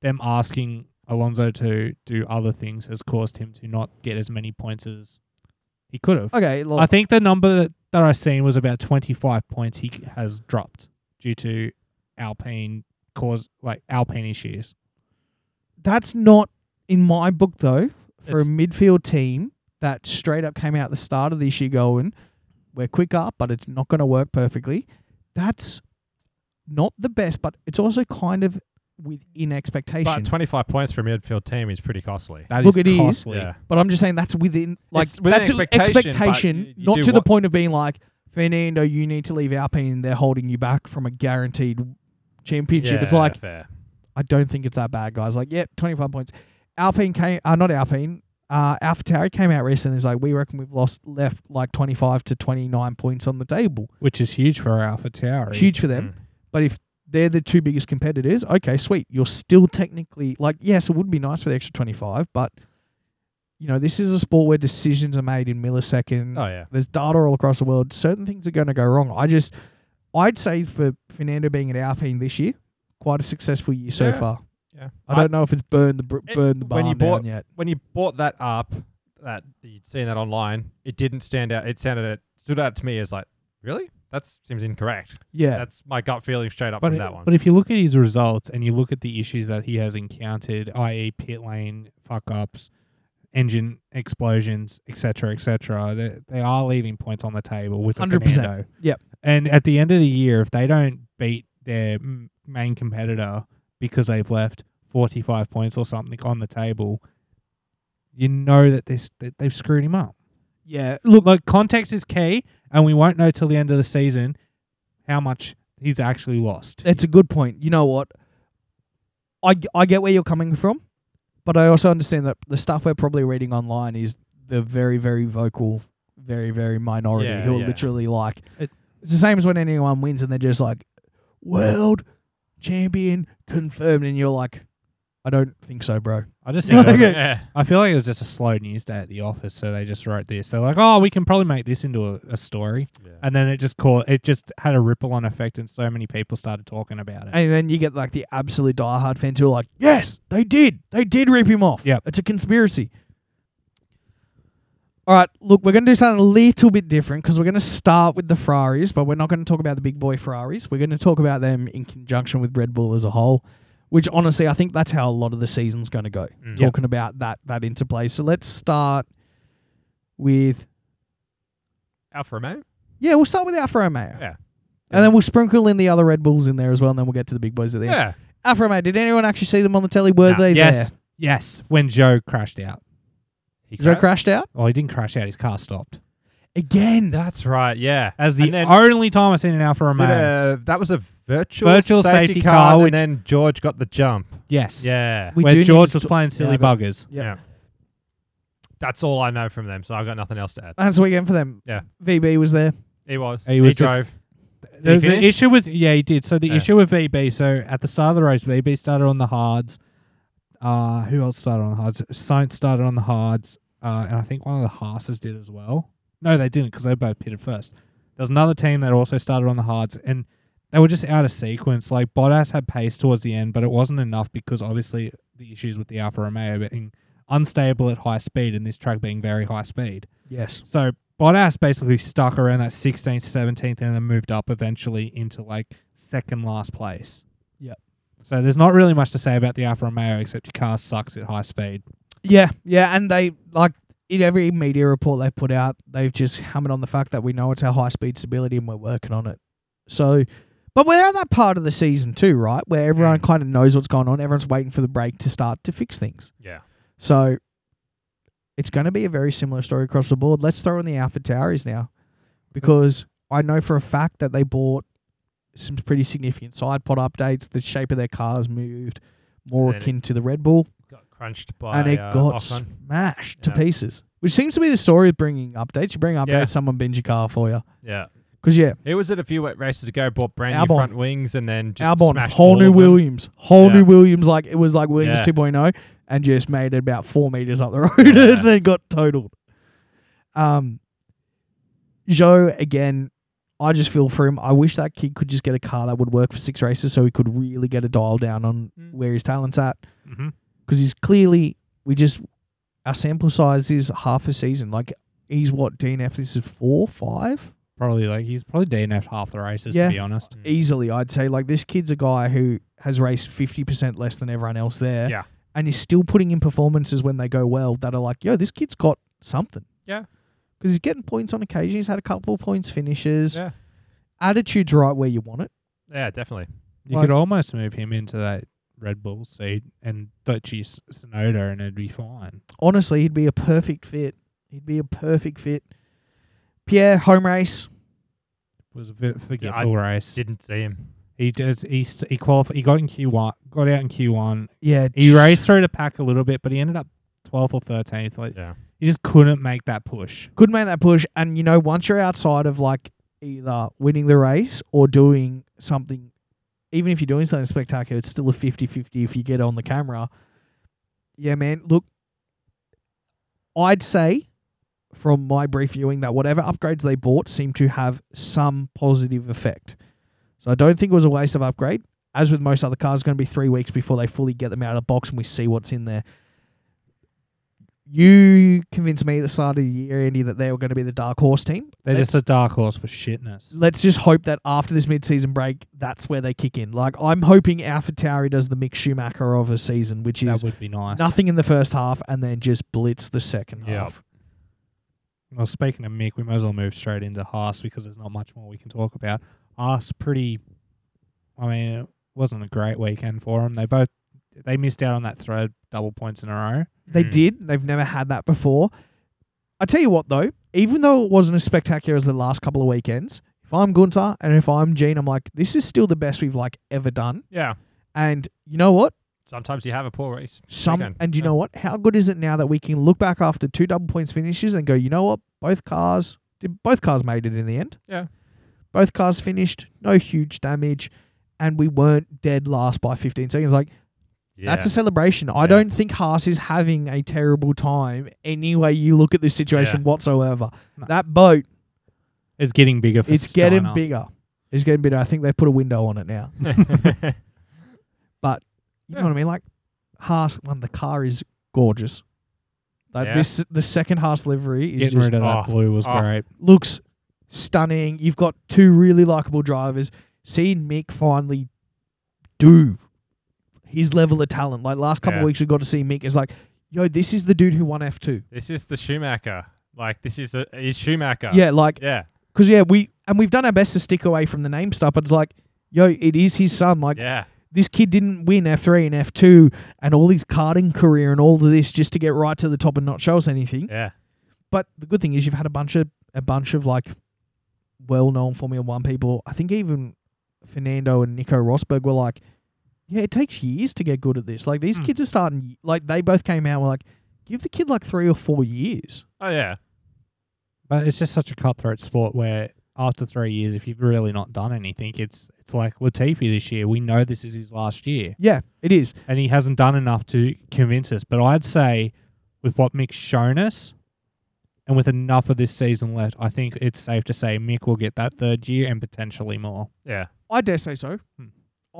Speaker 2: them asking Alonso to do other things has caused him to not get as many points as he could have.
Speaker 1: Okay. Look,
Speaker 2: I think the number that, that I seen was about twenty five points he has dropped due to Alpine cause like Alpine issues.
Speaker 1: that's not in my book though for
Speaker 3: It's-
Speaker 1: a midfield team that straight up came out at the start of this year going we're quicker but it's not going to work perfectly that's not the best but it's also kind of within expectation
Speaker 3: But
Speaker 1: but,
Speaker 3: 25 points for a midfield team is pretty costly.
Speaker 2: That
Speaker 1: Look,
Speaker 2: is
Speaker 1: it is.
Speaker 2: costly.
Speaker 3: Yeah.
Speaker 1: i'm just saying that's within like
Speaker 3: It's within
Speaker 1: that's
Speaker 3: expectation, but
Speaker 1: expectation,
Speaker 3: you- you
Speaker 1: not
Speaker 3: do
Speaker 1: to the
Speaker 3: what-
Speaker 1: point of being like fernando you need to leave alpine they're holding you back from a guaranteed championship it's
Speaker 3: Yeah,
Speaker 1: like
Speaker 3: fair.
Speaker 1: I don't think it's that bad, guys. Like, yeah, 25 points. Alpine came, uh, not Alpine, uh, AlphaTauri came out recently. It's like, we reckon we've lost, left like 25 to 29 points on the table.
Speaker 2: Which is huge for Alpha Tower.
Speaker 1: Huge for
Speaker 3: Mm.
Speaker 1: them.
Speaker 3: Hmm.
Speaker 1: But if they're the two biggest competitors, okay, sweet. You're still technically, like, yes, it would be nice for the extra 25, but, you know, this is a sport where decisions are made in milliseconds.
Speaker 3: Oh, yeah.
Speaker 1: There's data all across the world. Certain things are going to go wrong. I just, I'd say for Fernando being at Alpine this year, quite a successful year so
Speaker 3: Yeah.
Speaker 1: far.
Speaker 3: Yeah.
Speaker 1: I don't know if it's burned the br-
Speaker 3: It-
Speaker 1: burned the barn
Speaker 3: when you
Speaker 1: down
Speaker 3: bought-
Speaker 1: yet.
Speaker 3: when you bought that up, that you'd seen that online, it didn't stand out. It sounded it stood out to me as like, really? That seems incorrect.
Speaker 1: Yeah,
Speaker 3: That's my gut feeling straight up
Speaker 2: But,
Speaker 3: from
Speaker 2: it-
Speaker 3: that one.
Speaker 2: but if you look at his results and you look at the issues that he has encountered, i.e., pit lane fuck ups, engine explosions, etc., etc., they, they are leaving points on the table with
Speaker 1: 100%.
Speaker 2: 100%.
Speaker 1: Yep.
Speaker 2: And at the end of the year, if they don't beat their m- main competitor because they've left 45 points or something on the table, you know that, this, that they've screwed him up.
Speaker 1: yeah.
Speaker 2: Look, like context is key, and we won't know till the end of the season how much he's actually lost.
Speaker 1: It's a good point. You know what? I g- I get where you're coming from, but I also understand that the stuff we're probably reading online is the very very vocal, very very minority
Speaker 3: Yeah,
Speaker 1: who are
Speaker 3: yeah.
Speaker 1: literally like.
Speaker 2: It-
Speaker 1: it's the same as when anyone wins and they're just like, world champion confirmed, and you're like, I don't think so, bro.
Speaker 2: I just
Speaker 1: Yeah.
Speaker 2: think it was-
Speaker 1: Okay.
Speaker 3: yeah.
Speaker 2: I feel like it was just a slow news day at the office, so they just wrote this. They're like, "Oh, we can probably make this into a, a story," and then it just caught. It just had a ripple on effect, and so many people started talking about it.
Speaker 1: And then you get like the absolute diehard fans who are like, yes, they did. They did rip him off.
Speaker 2: Yep.
Speaker 1: It's a conspiracy. All right, look, we're going to do something a little bit different because we're going to start with the Ferraris, but we're not going to talk about the big boy Ferraris. We're going to talk about them in conjunction with Red Bull as a whole, which honestly, I think that's how a lot of the season's going to go,
Speaker 3: Mm.
Speaker 1: talking about that, that interplay. So let's start with,
Speaker 3: Alfa Romeo?
Speaker 1: yeah, we'll start with Alfa Romeo.
Speaker 3: Yeah.
Speaker 1: And then we'll sprinkle in the other Red Bulls in there as well, and then we'll get to the big boys at the end.
Speaker 3: Yeah.
Speaker 1: Alfa Romeo, did anyone actually see them on the telly? Were
Speaker 2: Nah,
Speaker 1: they
Speaker 2: yes,
Speaker 1: there?
Speaker 2: yes. When Joe crashed out,
Speaker 3: He
Speaker 1: Joe
Speaker 3: crashed.
Speaker 1: crashed out
Speaker 2: well, he didn't crash out. His car stopped.
Speaker 1: again.
Speaker 3: That's right. Yeah.
Speaker 2: That's the
Speaker 3: And then-
Speaker 2: only time I've seen an Alfa
Speaker 3: So
Speaker 2: Romeo.
Speaker 3: the- that was a virtual,
Speaker 2: Virtual
Speaker 3: safety,
Speaker 2: safety car,
Speaker 3: car, and
Speaker 2: which-
Speaker 3: then George got the jump.
Speaker 2: yes,
Speaker 3: Yeah.
Speaker 1: We do
Speaker 2: where
Speaker 1: need
Speaker 2: George
Speaker 1: to
Speaker 2: was
Speaker 1: t-
Speaker 2: playing silly
Speaker 1: I got-
Speaker 2: buggers.
Speaker 1: Yeah.
Speaker 3: Yeah. That's all I know from them, so I've got nothing else to add.
Speaker 1: Ah, That's the weekend for them.
Speaker 3: Yeah.
Speaker 1: VB was there.
Speaker 3: He was.
Speaker 2: He was just-
Speaker 3: drove.
Speaker 2: The,
Speaker 3: he
Speaker 2: the
Speaker 3: finish?
Speaker 2: issue with yeah, he did. So the
Speaker 3: Yeah.
Speaker 2: issue with VB. So at the start of the race, VB started on the hards. Uh, who else started on the hards? Science started on the hards, uh, and I think one of the Haas's did as well. No, they didn't because they both pitted first. There was another team that also started on the hards, and they were just out of sequence. Like Bottas had pace towards the end, but it wasn't enough because obviously the issues with the Alfa Romeo being unstable at high speed, and this track being very high speed.
Speaker 1: Yes.
Speaker 2: So Bottas basically stuck around that 16th, 17th, and then moved up eventually into like second last place.
Speaker 1: Yep.
Speaker 2: So there's not really much to say about the Alfa Romeo except your car sucks at high speed.
Speaker 1: Yeah. Yeah. And they like in every media report they put out, they've just hammered on the fact that we know it's our high speed stability and we're working on it. So, but we're at that part of the season too, right? Where
Speaker 2: Mm.
Speaker 1: everyone kind of knows what's going on. Everyone's waiting for the break to start to fix things.
Speaker 3: Yeah.
Speaker 1: So it's going to be a very similar story across the board. Let's throw in the Alpha Tauris now because I know for a fact that they bought some pretty significant side pod updates. The shape of their cars moved more
Speaker 3: And it-
Speaker 1: akin to the Red Bull,
Speaker 3: Got crunched by
Speaker 1: and it
Speaker 3: uh,
Speaker 1: got
Speaker 3: Ocon.
Speaker 1: smashed to
Speaker 3: Yeah.
Speaker 1: pieces. Which seems to be the story of bringing updates. You bring updates,
Speaker 3: Yeah.
Speaker 1: someone bends your car for you.
Speaker 3: Yeah,
Speaker 1: Because yeah,
Speaker 3: he was at a few races ago. Bought brand new
Speaker 1: Albon.
Speaker 3: front wings and then just
Speaker 1: Albon,
Speaker 3: smashed
Speaker 1: whole
Speaker 3: all
Speaker 1: new
Speaker 3: of them.
Speaker 1: Williams, whole
Speaker 3: Yeah.
Speaker 1: new Williams. Like it was like Williams
Speaker 3: Yeah.
Speaker 1: 2.0, and just made it about four meters up the road,
Speaker 3: Yeah.
Speaker 1: and then got totaled. Um, Joe again, I just feel for him. I wish that kid could just get a car that would work for six races, so he could really get a dial down on
Speaker 3: Mm.
Speaker 1: where his talents at.
Speaker 2: Mm-hmm.
Speaker 1: Because he's clearly we just our sample size is half a season. Like he's what DNF this is four five.
Speaker 2: Probably like he's probably DNF'd half the races
Speaker 1: Yeah.
Speaker 2: to be honest.
Speaker 3: Mm.
Speaker 1: easily i'd say like this kid's a guy who has raced 50% less than everyone else there
Speaker 3: Yeah.
Speaker 1: and is still putting in performances when they go well that are like yo this kid's got something
Speaker 3: Yeah.
Speaker 1: because he's getting points on occasion he's had a couple of points finishes
Speaker 3: Yeah.
Speaker 1: attitude's right where you want it
Speaker 3: Yeah, definitely.
Speaker 2: You
Speaker 1: Like-
Speaker 2: could almost move him into that Red Bull seat and Dutchy S- Sonoda, and it'd be fine.
Speaker 1: honestly he'd be a perfect fit he'd be a perfect fit pierre home race
Speaker 2: It was a bit forgetful race.
Speaker 3: Didn't see him.
Speaker 2: He does. He s- he qualified. He got in Q one. Got out in Q one.
Speaker 1: yeah
Speaker 2: He
Speaker 1: just-
Speaker 2: raced through the pack a little bit, but he ended up twelfth or thirteenth. Like
Speaker 3: Yeah,
Speaker 2: he just couldn't make that push.
Speaker 1: could make that push. And you know, once you're outside of like either winning the race or doing something, even if you're doing something spectacular, it's still a 50 50 if you get on the camera. Yeah, man. Look, I'd say from my brief viewing that whatever upgrades they bought seemed to have some positive effect. So I don't think it was a waste of upgrade. As with most other cars, it's going to be three weeks before they fully get them out of the box and we see what's in there you convinced me at the start of the year, Andy, that they were going to be the dark horse team.
Speaker 2: They're
Speaker 1: let's,
Speaker 2: just a dark horse for shitness.
Speaker 1: let's just hope that after this mid-season break, that's where they kick in. Like I'm hoping AlphaTauri does the Mick Schumacher of a season, which
Speaker 2: That
Speaker 1: is
Speaker 2: would be nice.
Speaker 1: nothing in the first half and then just blitz the second
Speaker 3: Yeah.
Speaker 1: half.
Speaker 2: Well, speaking of Mick, we might as well move straight into Haas because there's not much more we can talk about. Haas, pretty. I mean, it wasn't a great weekend for them. They both they missed out on that third double points in a row.
Speaker 1: They
Speaker 3: Mm.
Speaker 1: did. They've never had that before. I tell you what, though, even though it wasn't as spectacular as the last couple of weekends, if I'm Gunter and if I'm Gene, I'm like, this is still the best we've like ever done.
Speaker 3: yeah.
Speaker 1: And you know what?
Speaker 3: Sometimes you have a poor race.
Speaker 1: Some
Speaker 3: Again,
Speaker 1: and you
Speaker 3: yeah.
Speaker 1: know what? How good is it now that we can look back after two double points finishes and go, you know what? Both cars did both cars made it in the end.
Speaker 3: Yeah.
Speaker 1: Both cars finished, no huge damage, and we weren't dead last by fifteen seconds. Like
Speaker 3: Yeah.
Speaker 1: that's a celebration. I
Speaker 3: Yeah.
Speaker 1: don't think Haas is having a terrible time any way you look at this situation whatsoever.
Speaker 2: No.
Speaker 1: That boat,
Speaker 2: It's getting bigger. For
Speaker 1: it's getting
Speaker 2: Steiner.
Speaker 1: bigger. It's getting bigger. I think they've put a window on it now. You
Speaker 3: Yeah.
Speaker 1: know what I mean? Like Haas, one the car is gorgeous. Like
Speaker 3: Yeah.
Speaker 1: this, the second Haas livery is
Speaker 2: Getting
Speaker 1: just
Speaker 2: rid of that
Speaker 3: oh,
Speaker 2: blue was
Speaker 3: oh.
Speaker 2: great.
Speaker 1: looks stunning. You've got two really likable drivers. Seeing Mick finally do his level of talent. Like last couple
Speaker 3: Yeah.
Speaker 1: of weeks, we got to see Mick is like, yo, this is the dude who won F two.
Speaker 3: this is the Schumacher. Like this is a is Schumacher.
Speaker 1: Yeah, like
Speaker 3: Yeah.
Speaker 1: because yeah, we and we've done our best to stick away from the name stuff, but it's like, yo, it is his son. Like
Speaker 3: Yeah.
Speaker 1: this kid didn't win F three and F two and all his karting career and all of this just to get right to the top and not show us anything.
Speaker 3: Yeah.
Speaker 1: But the good thing is you've had a bunch of a bunch of like well known Formula One people. I think even Fernando and Nico Rosberg were like, Yeah, it takes years to get good at this. Like these
Speaker 2: Hmm.
Speaker 1: kids are starting like they both came out and were like, give the kid like three or four years.
Speaker 3: Oh yeah.
Speaker 2: But it's just such a cutthroat sport where after three years, if you've really not done anything, it's it's like Latifi this year. We know this is his last year,
Speaker 1: Yeah, it is.
Speaker 2: and he hasn't done enough to convince us. But I'd say with what Mick's shown us, and with enough of this season left, I think it's safe to say Mick will get that third year and potentially more.
Speaker 3: Yeah.
Speaker 1: I dare say so.
Speaker 2: Hmm.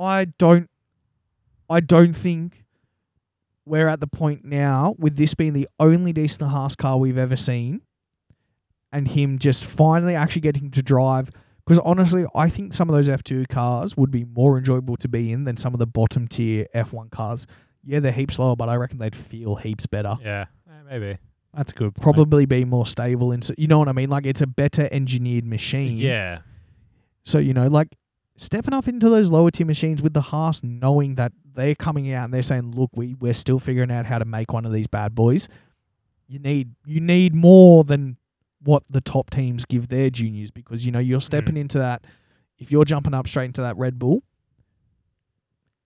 Speaker 1: I don't I don't think we're at the point now with this being the only decent Haas car we've ever seen and him just finally actually getting to drive because honestly I think some of those F2 cars would be more enjoyable to be in than some of the bottom tier F1 cars. Yeah, they're heaps slower, but I reckon they'd feel heaps better.
Speaker 3: Yeah. Eh, maybe.
Speaker 2: That's a good. Point.
Speaker 1: Probably be more stable and so, you know what I mean? Like it's a better engineered machine.
Speaker 3: Yeah.
Speaker 1: So, you know, like stepping up into those lower tier machines with the Haas, knowing that they're coming out and they're saying, look, we, we're still figuring out how to make one of these bad boys. You need you need more than what the top teams give their juniors because you know you're stepping into that. If you're jumping up straight into that Red Bull,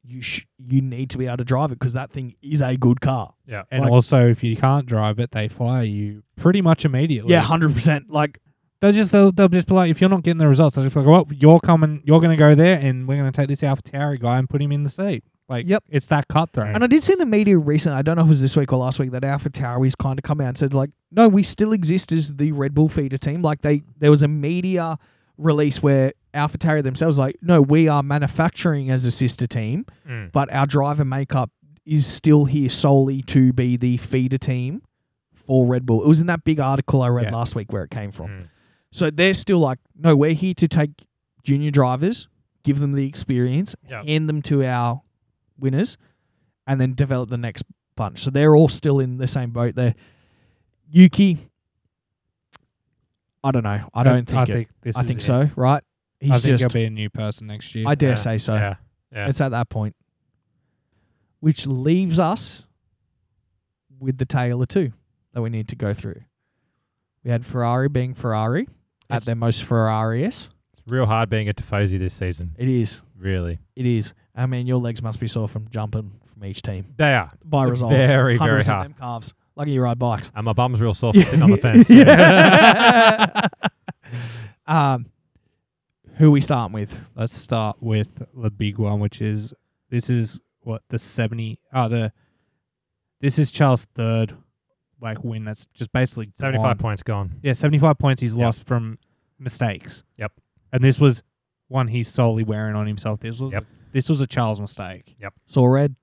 Speaker 1: you sh- you need to be able to drive it because that thing is a good car.
Speaker 3: Yeah.
Speaker 2: And
Speaker 1: Like-
Speaker 2: also, if you can't drive it, they fire you pretty much immediately.
Speaker 1: Yeah, hundred percent. Like
Speaker 2: they'll just they'll, they'll just be like, if you're not getting the results, they'll just be like, well, you're coming, you're going to go there, and we're going to take this Alpha Tower guy and put him in the seat. Like,
Speaker 1: Yep.
Speaker 2: it's that cutthroat.
Speaker 1: And I did see in the media recently, I don't know if it was this week or last week, that Alpha Tauri's kind of come out and said, like, no, we still exist as the Red Bull feeder team. Like, they there was a media release where Alpha Tauri themselves, like, no, we are manufacturing as a sister team,
Speaker 3: Mm.
Speaker 1: but our driver makeup is still here solely to be the feeder team for Red Bull. It was in that big article I read
Speaker 2: Yeah.
Speaker 1: last week where it came from.
Speaker 3: Mm.
Speaker 1: So they're still like, no, we're here to take junior drivers, give them the experience,
Speaker 3: Yeah.
Speaker 1: hand them to our winners, and then develop the next bunch. So they're all still in the same boat there. Yuki, I don't know. I don't think
Speaker 2: I
Speaker 1: it.
Speaker 2: think this
Speaker 1: I
Speaker 2: is
Speaker 1: think
Speaker 2: it.
Speaker 1: so, right? He's
Speaker 2: I think
Speaker 1: just,
Speaker 2: he'll be a new person next year.
Speaker 1: I dare
Speaker 3: Yeah.
Speaker 1: say so.
Speaker 3: Yeah. Yeah.
Speaker 1: It's at that point. Which leaves us with the tail of two that we need to go through. We had Ferrari being Ferrari at
Speaker 3: Yes.
Speaker 1: their most Ferrarious.
Speaker 3: It's real hard being a Tifosi this season.
Speaker 1: It is.
Speaker 3: Really.
Speaker 1: It is. I mean, your legs must be sore from jumping from each team
Speaker 3: They are.
Speaker 1: by
Speaker 3: They're
Speaker 1: results.
Speaker 3: very, very
Speaker 1: 100%
Speaker 3: hard.
Speaker 1: Them calves. Lucky you ride bikes.
Speaker 3: And my bum's real soft from sitting on the fence.
Speaker 1: Yeah. um, who we starting with?
Speaker 2: Let's start with the big one, which is this is what the seventy. Oh, the this is Charles' third like win. That's just basically gone.
Speaker 3: 75 points gone.
Speaker 2: Yeah, seventy-five points he's
Speaker 3: Yep.
Speaker 2: lost from mistakes.
Speaker 3: Yep.
Speaker 2: And this was one he's solely wearing on himself. This was
Speaker 3: Yep.
Speaker 2: this was a Charles mistake.
Speaker 1: Saw red.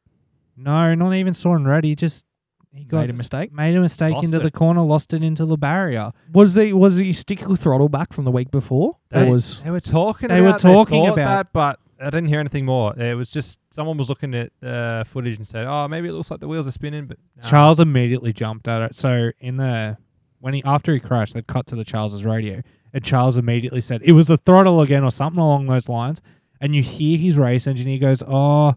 Speaker 2: No, not even saw and red. He just he got
Speaker 1: Made a mistake.
Speaker 2: made a mistake
Speaker 3: Lost
Speaker 2: into
Speaker 3: it.
Speaker 2: the corner, lost it into the barrier.
Speaker 1: Was the was the stickle throttle back from the week before?
Speaker 3: That-
Speaker 1: That was
Speaker 3: They were talking.
Speaker 2: They were
Speaker 3: about-
Speaker 2: talking
Speaker 3: thought
Speaker 2: about-
Speaker 3: that, but I didn't hear anything more. It was just someone was looking at uh, footage and said, "Oh, maybe it looks like the wheels are spinning." But nah.
Speaker 2: Charles immediately jumped at it. So in the when he after he crashed, they cut to the Charles's radio, and Charles immediately said it was the throttle again or something along those lines. And you hear his race engineer goes, "Oh,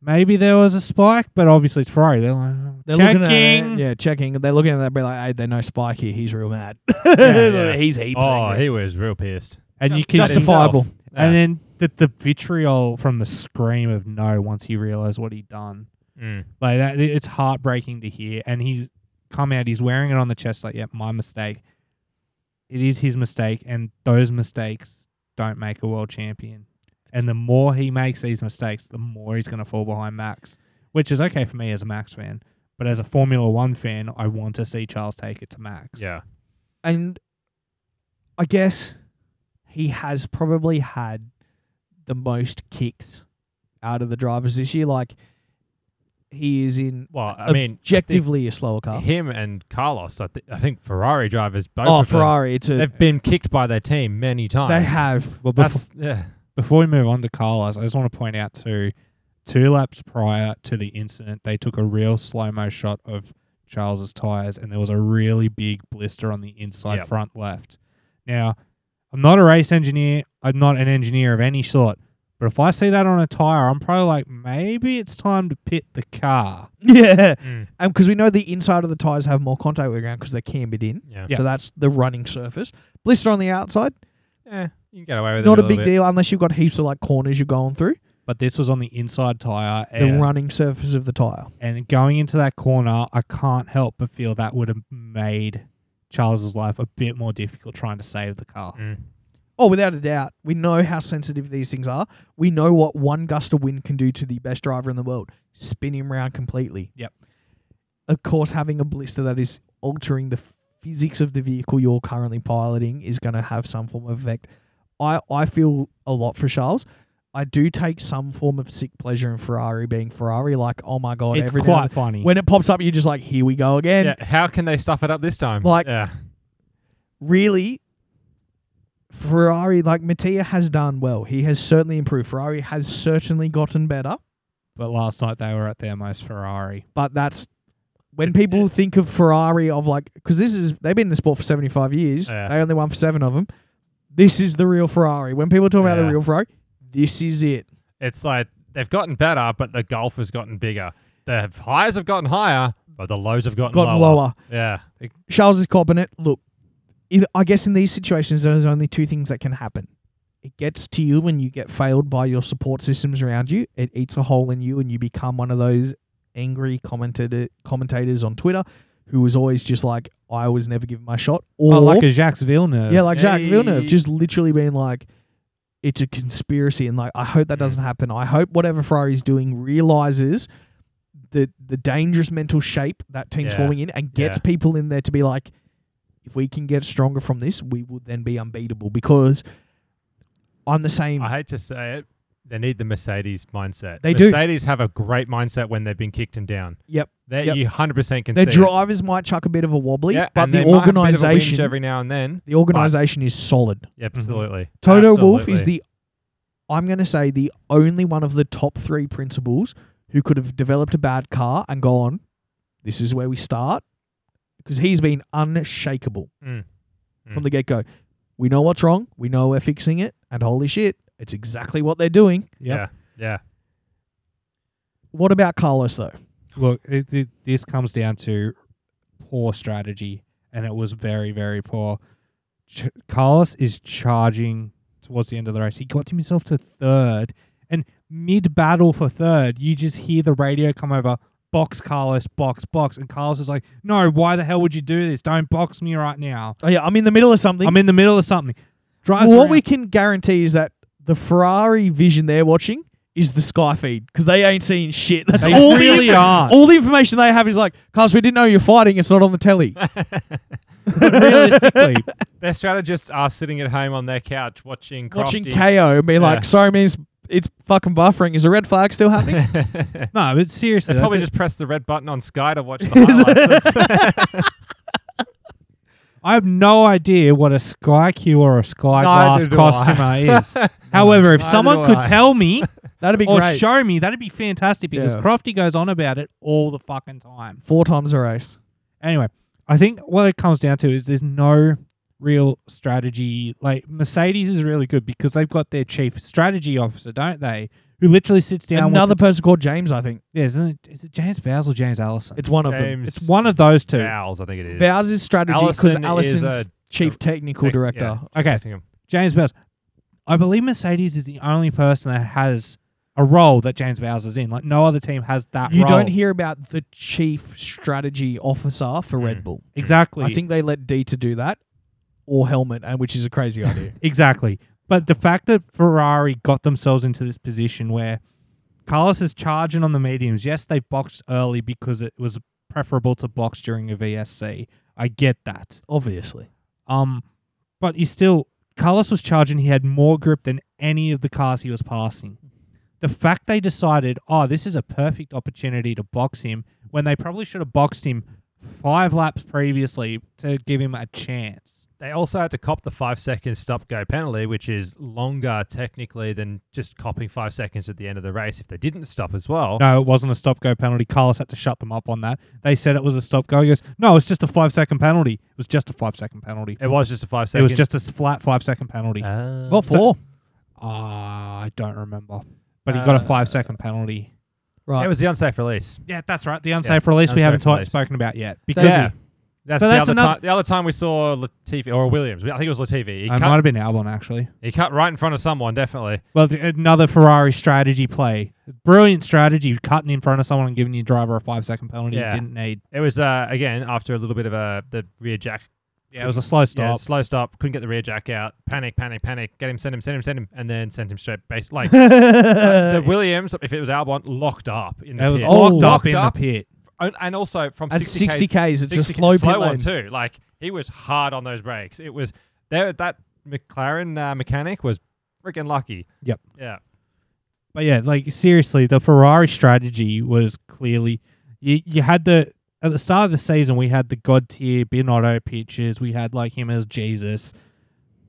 Speaker 2: maybe there was a spike, but obviously it's Ferrari." They're like, "Oh,
Speaker 1: they're
Speaker 2: checking.
Speaker 1: looking at yeah checking. They're looking at that, be like, hey, they're no spike here. He's real mad.
Speaker 3: yeah.
Speaker 1: He's heaps
Speaker 3: oh,
Speaker 1: angry.
Speaker 3: he was real pissed.
Speaker 2: and you
Speaker 1: Just-
Speaker 2: can
Speaker 1: justifiable.
Speaker 2: And then the, the vitriol from the scream of no once he realized what he'd done.
Speaker 3: Mm.
Speaker 2: Like that, it- it's heartbreaking to hear. And he's come out, he's wearing it on the chest, like, yeah, my mistake. It is his mistake, and those mistakes don't make a world champion. And the more he makes these mistakes, the more he's going to fall behind Max, which is okay for me as a Max fan. But as a Formula One fan, I want to see Charles take it to Max.
Speaker 3: Yeah,
Speaker 1: and I guess he has probably had the most kicks out of the drivers this year. Like he is in
Speaker 3: well, I mean, I think
Speaker 1: objectively a slower car.
Speaker 3: him and Carlos. I, th- I think Ferrari drivers both.
Speaker 1: Oh,
Speaker 3: of them,
Speaker 1: Ferrari! It's a
Speaker 3: They've been kicked by their team many times.
Speaker 1: they have
Speaker 2: Well, before,
Speaker 3: That's yeah.
Speaker 2: before we move on to Carlos, I just want to point out too, two laps prior to the incident, they took a real slow mo shot of Charles's tires, and there was a really big blister on the inside
Speaker 3: Yep.
Speaker 2: front left. Now, I'm not a race engineer. I'm not an engineer of any sort. But if I see that on a tire, I'm probably like, maybe it's time to pit the car.
Speaker 1: yeah,
Speaker 3: Mm.
Speaker 1: and because we know the inside of the tires have more contact with the ground because they're cambered in,
Speaker 3: Yeah.
Speaker 1: so that's the running surface. Blister on the outside,
Speaker 3: Eh, you can get away with it.
Speaker 1: not a
Speaker 3: little
Speaker 1: big
Speaker 3: bit.
Speaker 1: deal unless you've got heaps of like corners you're going through.
Speaker 2: But this was on the inside tire,
Speaker 1: The
Speaker 2: and,
Speaker 1: running surface of the tire.
Speaker 2: and going into that corner, I can't help but feel that would have made Charles's life a bit more difficult trying to save the car.
Speaker 3: Mm.
Speaker 1: Oh, without a doubt. We know how sensitive these things are. We know what one gust of wind can do to the best driver in the world. Spin him round completely.
Speaker 2: Yep.
Speaker 1: Of course, having a blister that is altering the physics of the vehicle you're currently piloting is going to have some form of effect. I, I feel a lot for Charles. I do take some form of sick pleasure in Ferrari being Ferrari. Like, oh my God,
Speaker 2: it's
Speaker 1: every now
Speaker 2: quite
Speaker 1: and-
Speaker 2: funny.
Speaker 1: when it pops up, you're just like, here we go again.
Speaker 3: yeah. How can they stuff it up this time?
Speaker 1: Like-
Speaker 3: yeah.
Speaker 1: really Ferrari like Mattia has done well. He has certainly improved. Ferrari has certainly gotten better,
Speaker 2: but last night they were at their most Ferrari.
Speaker 1: but that's when people think of Ferrari of like because this is they've been in the sport for 75 years.
Speaker 3: Yeah.
Speaker 1: They only won for 7 of them. This is the real Ferrari. When people talk about
Speaker 3: Yeah.
Speaker 1: the real Ferrari, this is it.
Speaker 3: It's like they've gotten better, but the gulf has gotten bigger. The highs have gotten higher, but the lows have gotten,
Speaker 1: Gotten
Speaker 3: lower.
Speaker 1: lower.
Speaker 3: Yeah.
Speaker 1: Charles is copping it. Look, it- I guess in these situations, there's only two things that can happen. It gets to you when you get failed by your support systems around you. It eats a hole in you, and you become one of those angry commentator, commentators on Twitter who was always just like, "I was never given my shot," or
Speaker 2: Oh, like a Jacques Villeneuve.
Speaker 1: yeah, like Jacques Villeneuve,
Speaker 3: Hey.
Speaker 1: just literally being like, "It's a conspiracy," and like, I hope that doesn't happen. I hope whatever Ferrari's doing realizes the the dangerous mental shape that team's
Speaker 3: Yeah.
Speaker 1: forming in, and gets people in there to be like, "If we can get stronger from this, we will then be unbeatable." Because I'm the same.
Speaker 3: I hate to say it. They need the Mercedes mindset.
Speaker 1: They do.
Speaker 3: Mercedes have a great mindset when they've been kicked and down.
Speaker 1: Yep.
Speaker 3: That
Speaker 1: Yep.
Speaker 3: you hundred percent can
Speaker 1: Their
Speaker 3: see. it.
Speaker 1: drivers might chuck a bit of a wobbly,
Speaker 3: Yeah,
Speaker 1: but
Speaker 3: and
Speaker 1: the
Speaker 3: they might have a bit of a whinge
Speaker 1: organization,
Speaker 3: every now and then.
Speaker 1: the organization is solid.
Speaker 3: Yeah, absolutely.
Speaker 1: Toto Wolf is the, I'm going to say, the only one of the top three principals who could have developed a bad car and gone, this is where we start. Because he's been unshakable
Speaker 3: Mm.
Speaker 1: from
Speaker 3: Mm.
Speaker 1: the get go. We know what's wrong. We know we're fixing it. And holy shit, it's exactly what they're doing.
Speaker 2: Yep.
Speaker 3: yeah, yeah.
Speaker 1: What about Carlos, though?
Speaker 2: Look, it, it, this comes down to poor strategy, and it was very, very poor. Ch- Carlos is charging towards the end of the race. He got himself to third, and mid battle for third, you just hear the radio come over. Box Carlos, box, box. And Carlos is like, No, why the hell would you do this? Don't box me right now.
Speaker 1: Oh, yeah, I'm in the middle of something.
Speaker 2: I'm in the middle of something. Drives
Speaker 1: what
Speaker 2: around.
Speaker 1: we can guarantee is that the Ferrari vision they're watching is the sky feed because they ain't seeing shit. That's
Speaker 2: They
Speaker 1: all the
Speaker 2: really
Speaker 1: info-
Speaker 2: aren't.
Speaker 1: All the information they have is like, Carlos, we didn't know you're fighting. It's not on the telly.
Speaker 2: realistically,
Speaker 3: Their strategists are sitting at home on their couch watching
Speaker 1: Watching
Speaker 3: Crofty.
Speaker 1: KO and being
Speaker 3: Yeah.
Speaker 1: like, sorry, man, it's, it's fucking buffering. Is the red flag still happening?
Speaker 2: no, but seriously,
Speaker 3: They
Speaker 2: like,
Speaker 3: probably just press the red button on Sky to watch the highlights.
Speaker 2: I have no idea what a Sky Q or a Sky
Speaker 3: Neither
Speaker 2: Glass
Speaker 3: do
Speaker 2: customer is. However, if
Speaker 3: Neither
Speaker 2: someone
Speaker 3: do
Speaker 2: could
Speaker 3: I.
Speaker 2: tell me
Speaker 1: That'd be
Speaker 2: or
Speaker 1: great.
Speaker 2: show me, that'd be fantastic because
Speaker 1: Yeah.
Speaker 2: Crofty goes on about it all the fucking time.
Speaker 1: Four times a race.
Speaker 2: Anyway, I think what it comes down to is there's no real strategy. Like Mercedes is really good because they've got their chief strategy officer, don't they? Who literally sits down. with
Speaker 1: Another
Speaker 2: the-
Speaker 1: person called James, I think.
Speaker 2: yeah, isn't it, is it James Bowles or James Allison?
Speaker 1: It's one of them.
Speaker 3: James
Speaker 2: It's one of those two.
Speaker 3: Fouls, I think it is.
Speaker 1: Vows is strategy because
Speaker 3: Allison is
Speaker 1: Allison's
Speaker 3: a-
Speaker 1: chief technical
Speaker 3: tech-
Speaker 1: director.
Speaker 3: yeah,
Speaker 2: Okay.
Speaker 3: Technical.
Speaker 2: James Bowles. I believe Mercedes is the only person that has a role that James Bowles is in. Like no other team has that
Speaker 1: You
Speaker 2: role.
Speaker 1: don't hear about the chief strategy officer for Red
Speaker 3: Mm.
Speaker 1: Bull.
Speaker 2: exactly.
Speaker 1: I think they let D to do that or helmet, and which is a crazy idea.
Speaker 2: exactly. But the fact that Ferrari got themselves into this position where Carlos is charging on the mediums. Yes, they boxed early because it was preferable to box during a VSC. I get that.
Speaker 1: Obviously.
Speaker 2: Um, but he still Carlos was charging. He had more grip than any of the cars he was passing. The fact they decided, oh, this is a perfect opportunity to box him when they probably should have boxed him five laps previously to give him a chance.
Speaker 3: They also had to cop the five second stop go penalty, which is longer technically than just copping five seconds at the end of the race if they didn't stop as well.
Speaker 2: No, it wasn't a stop go penalty. Carlos had to shut them up on that. They said it was a stop go. He goes, no, it's just a five second penalty. It was just a five second penalty.
Speaker 3: It was just a five
Speaker 2: It
Speaker 3: second.
Speaker 2: was just a s- flat five second penalty. Ah,
Speaker 3: Ah.
Speaker 1: Well,
Speaker 2: So- Ah,
Speaker 1: four.
Speaker 2: I don't remember. But he got a
Speaker 3: Uh,
Speaker 2: five second penalty.
Speaker 1: right.
Speaker 3: it was the unsafe release.
Speaker 2: Yeah, that's right. The unsafe release we
Speaker 3: unsafe
Speaker 2: haven't ta-
Speaker 3: release.
Speaker 2: spoken about yet because
Speaker 3: Yeah. That's,
Speaker 2: So
Speaker 3: the,
Speaker 2: that's
Speaker 3: other
Speaker 2: another-
Speaker 3: time, the other time we saw Latifi or Williams. I think it was Latifi. He,
Speaker 2: I
Speaker 3: cut,
Speaker 2: might have been Albon actually.
Speaker 3: he cut right in front of someone, definitely.
Speaker 2: Well, th- another Ferrari strategy play, brilliant strategy, cutting in front of someone and giving your driver a five second penalty
Speaker 3: Yeah.
Speaker 2: you didn't need.
Speaker 3: It was, uh, again, after a little bit of a the rear jack.
Speaker 2: Yeah, it was a slow
Speaker 3: Yeah,
Speaker 2: stop.
Speaker 3: slow stop. Couldn't get the rear jack out. Panic, panic, panic. Get him, send him, send him, send him. And then sent him straight base. Like, the Williams, if it was Albon, locked up in the
Speaker 2: It was
Speaker 3: pit.
Speaker 1: Oh,
Speaker 2: locked up
Speaker 3: locked
Speaker 2: in
Speaker 3: up.
Speaker 2: the pit.
Speaker 3: And- and also from
Speaker 1: At
Speaker 3: 60
Speaker 1: 60 Ks, it's a
Speaker 3: 60
Speaker 1: slow, pit
Speaker 3: one
Speaker 1: lane.
Speaker 3: too. Like he was hard on those brakes. It was there. That McLaren uh, mechanic was freaking lucky.
Speaker 2: Yep.
Speaker 3: Yeah.
Speaker 2: But yeah, like seriously, the Ferrari strategy was clearly you, you had the at the start of the season we had the god tier Binotto pictures, we had like him as Jesus.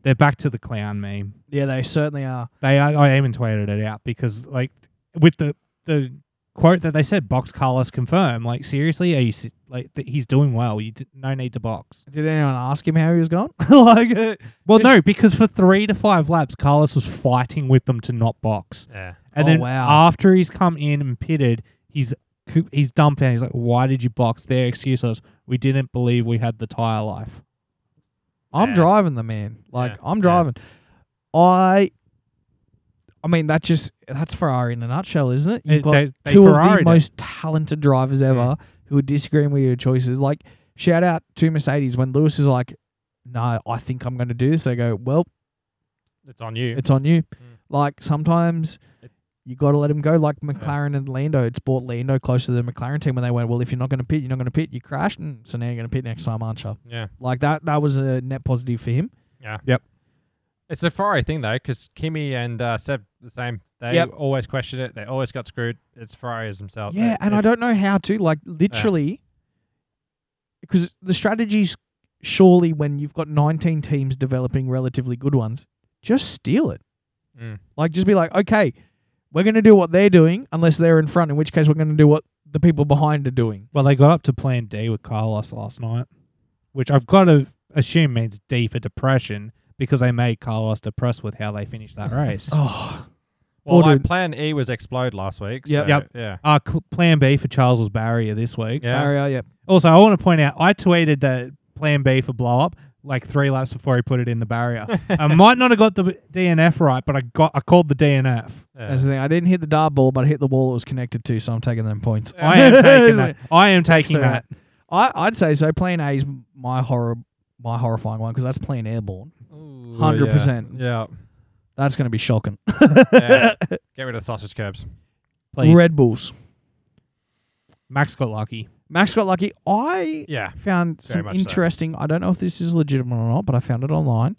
Speaker 2: They're back to the clown meme.
Speaker 1: Yeah, they certainly are.
Speaker 2: They I, I even tweeted it out because like with the the quote that they said box Carlos confirm like seriously are you se- like th- he's doing well you d- no need to box
Speaker 1: Did anyone ask him how he was going? like, uh,
Speaker 2: well
Speaker 1: It's-
Speaker 2: no because for three to five laps Carlos was fighting with them to not box
Speaker 3: Yeah.
Speaker 2: And
Speaker 1: Oh,
Speaker 2: then
Speaker 1: wow.
Speaker 2: after he's come in and pitted, he's coo- he's dumped out. He's like, "Why did you box?" Their excuse was, "We didn't believe we had the tire life."
Speaker 1: I'm
Speaker 3: Yeah.
Speaker 1: driving the man. Like
Speaker 3: Yeah,
Speaker 1: I'm
Speaker 3: yeah.
Speaker 1: driving. I I mean that just that's Ferrari in a nutshell, isn't it?
Speaker 2: They-
Speaker 1: You've got
Speaker 2: they- they
Speaker 1: two of
Speaker 2: Ferrari'd
Speaker 1: the
Speaker 2: it.
Speaker 1: most talented drivers ever who are disagreeing with your choices. Like shout out to Mercedes when Lewis is like, No, I think I'm gonna do this, they go, Well,
Speaker 3: It's on you.
Speaker 1: it's on you. Like sometimes
Speaker 3: Mm. It-
Speaker 1: you got to let them go. Like McLaren and Lando, it's brought Lando closer to the McLaren team when they went. Well, if you're not going to pit, you're not going to pit. You crashed, and so now you're going to pit next time, aren't you?
Speaker 3: yeah.
Speaker 1: Like that. That was a net positive for him.
Speaker 3: Yeah.
Speaker 2: Yep.
Speaker 3: It's a Ferrari thing though, because Kimi and uh, Seb the same. They
Speaker 1: Yep.
Speaker 3: always question it. They always got screwed. It's Ferraris themselves.
Speaker 1: yeah,
Speaker 3: It-
Speaker 1: and
Speaker 3: Oh, it-
Speaker 1: I don't know how to like literally because the strategies surely when you've got 19 teams developing relatively good ones, just steal it.
Speaker 3: Mm.
Speaker 1: Like just be like, okay, we're going to do what they're doing unless they're in front, in which case we're going to do what the people behind are doing.
Speaker 2: Well, they got up to plan D with Carlos last night, which I've got to assume means D for depression because they made Carlos depressed with how they finished that race.
Speaker 1: Oh,
Speaker 3: Well,
Speaker 1: Or
Speaker 3: like,
Speaker 1: did-
Speaker 3: Plan E was explode last week.
Speaker 1: Yep.
Speaker 3: so,
Speaker 2: Yep.
Speaker 3: Yeah.
Speaker 2: Uh, cl- plan B for Charles was barrier this week.
Speaker 3: Yeah.
Speaker 1: Barrier, oh, yeah.
Speaker 2: Also, I want to point out I tweeted that plan B for blow up like three laps before he put it in the barrier. I might not have got the DNF right, but I got I called the DNF.
Speaker 3: yeah.
Speaker 1: That's the thing. I didn't hit the dart ball, but I hit the wall it was connected to, so I'm taking them points.
Speaker 2: I am taking that. I am
Speaker 1: So,
Speaker 2: taking that.
Speaker 1: I, I'd say so. Plan A is my horror, my horrifying one because that's plan airborne.
Speaker 3: Ooh,
Speaker 1: 100%.
Speaker 3: Yeah.
Speaker 1: That's going to be shocking.
Speaker 3: yeah. Get rid of sausage curbs.
Speaker 2: Please.
Speaker 1: Red Bulls.
Speaker 2: Max got lucky.
Speaker 1: Max got lucky. I
Speaker 3: Yeah.
Speaker 1: found
Speaker 3: Very
Speaker 1: some
Speaker 3: much so.
Speaker 1: interesting. I don't know if this is legitimate or not, but I found it online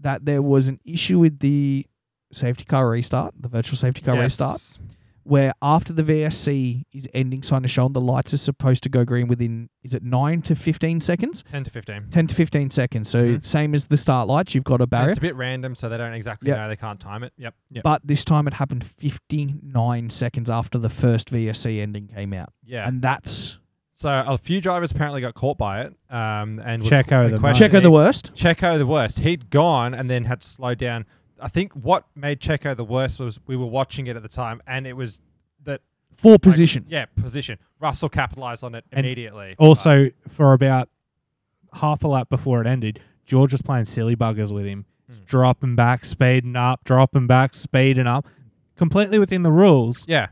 Speaker 1: that there was an issue with the safety car restart, the virtual safety car restart.
Speaker 3: Yes.
Speaker 1: where after the VSC is ending sign is shown, the lights are supposed to go green within is it nine to fifteen seconds?
Speaker 3: 10 to 15.
Speaker 1: Ten to fifteen seconds. So
Speaker 3: Mhm.
Speaker 1: same as the start lights, you've got a barrier.
Speaker 3: It's a bit random, so they don't exactly
Speaker 1: Yep.
Speaker 3: know. They can't time it. Yep. Yep.
Speaker 1: But this time it happened fifty nine seconds after the first VSC ending came out.
Speaker 3: Yeah.
Speaker 1: And that's
Speaker 3: so a few drivers apparently got caught by it. Um, and were-
Speaker 2: Checo
Speaker 3: were
Speaker 2: the
Speaker 3: questioning-
Speaker 1: Checo the worst.
Speaker 3: Checo the worst. He'd gone and then had to slow down. I think what made Checo the worst was we were watching it at the time, and it was that
Speaker 1: Four position.
Speaker 3: yeah position. Russell capitalized on it
Speaker 2: And
Speaker 3: immediately.
Speaker 2: Also, for about half a lap before it ended, George was playing silly buggers with him,
Speaker 3: Hmm.
Speaker 2: dropping back, speeding up, dropping back, speeding up, completely within the rules.
Speaker 3: yeah,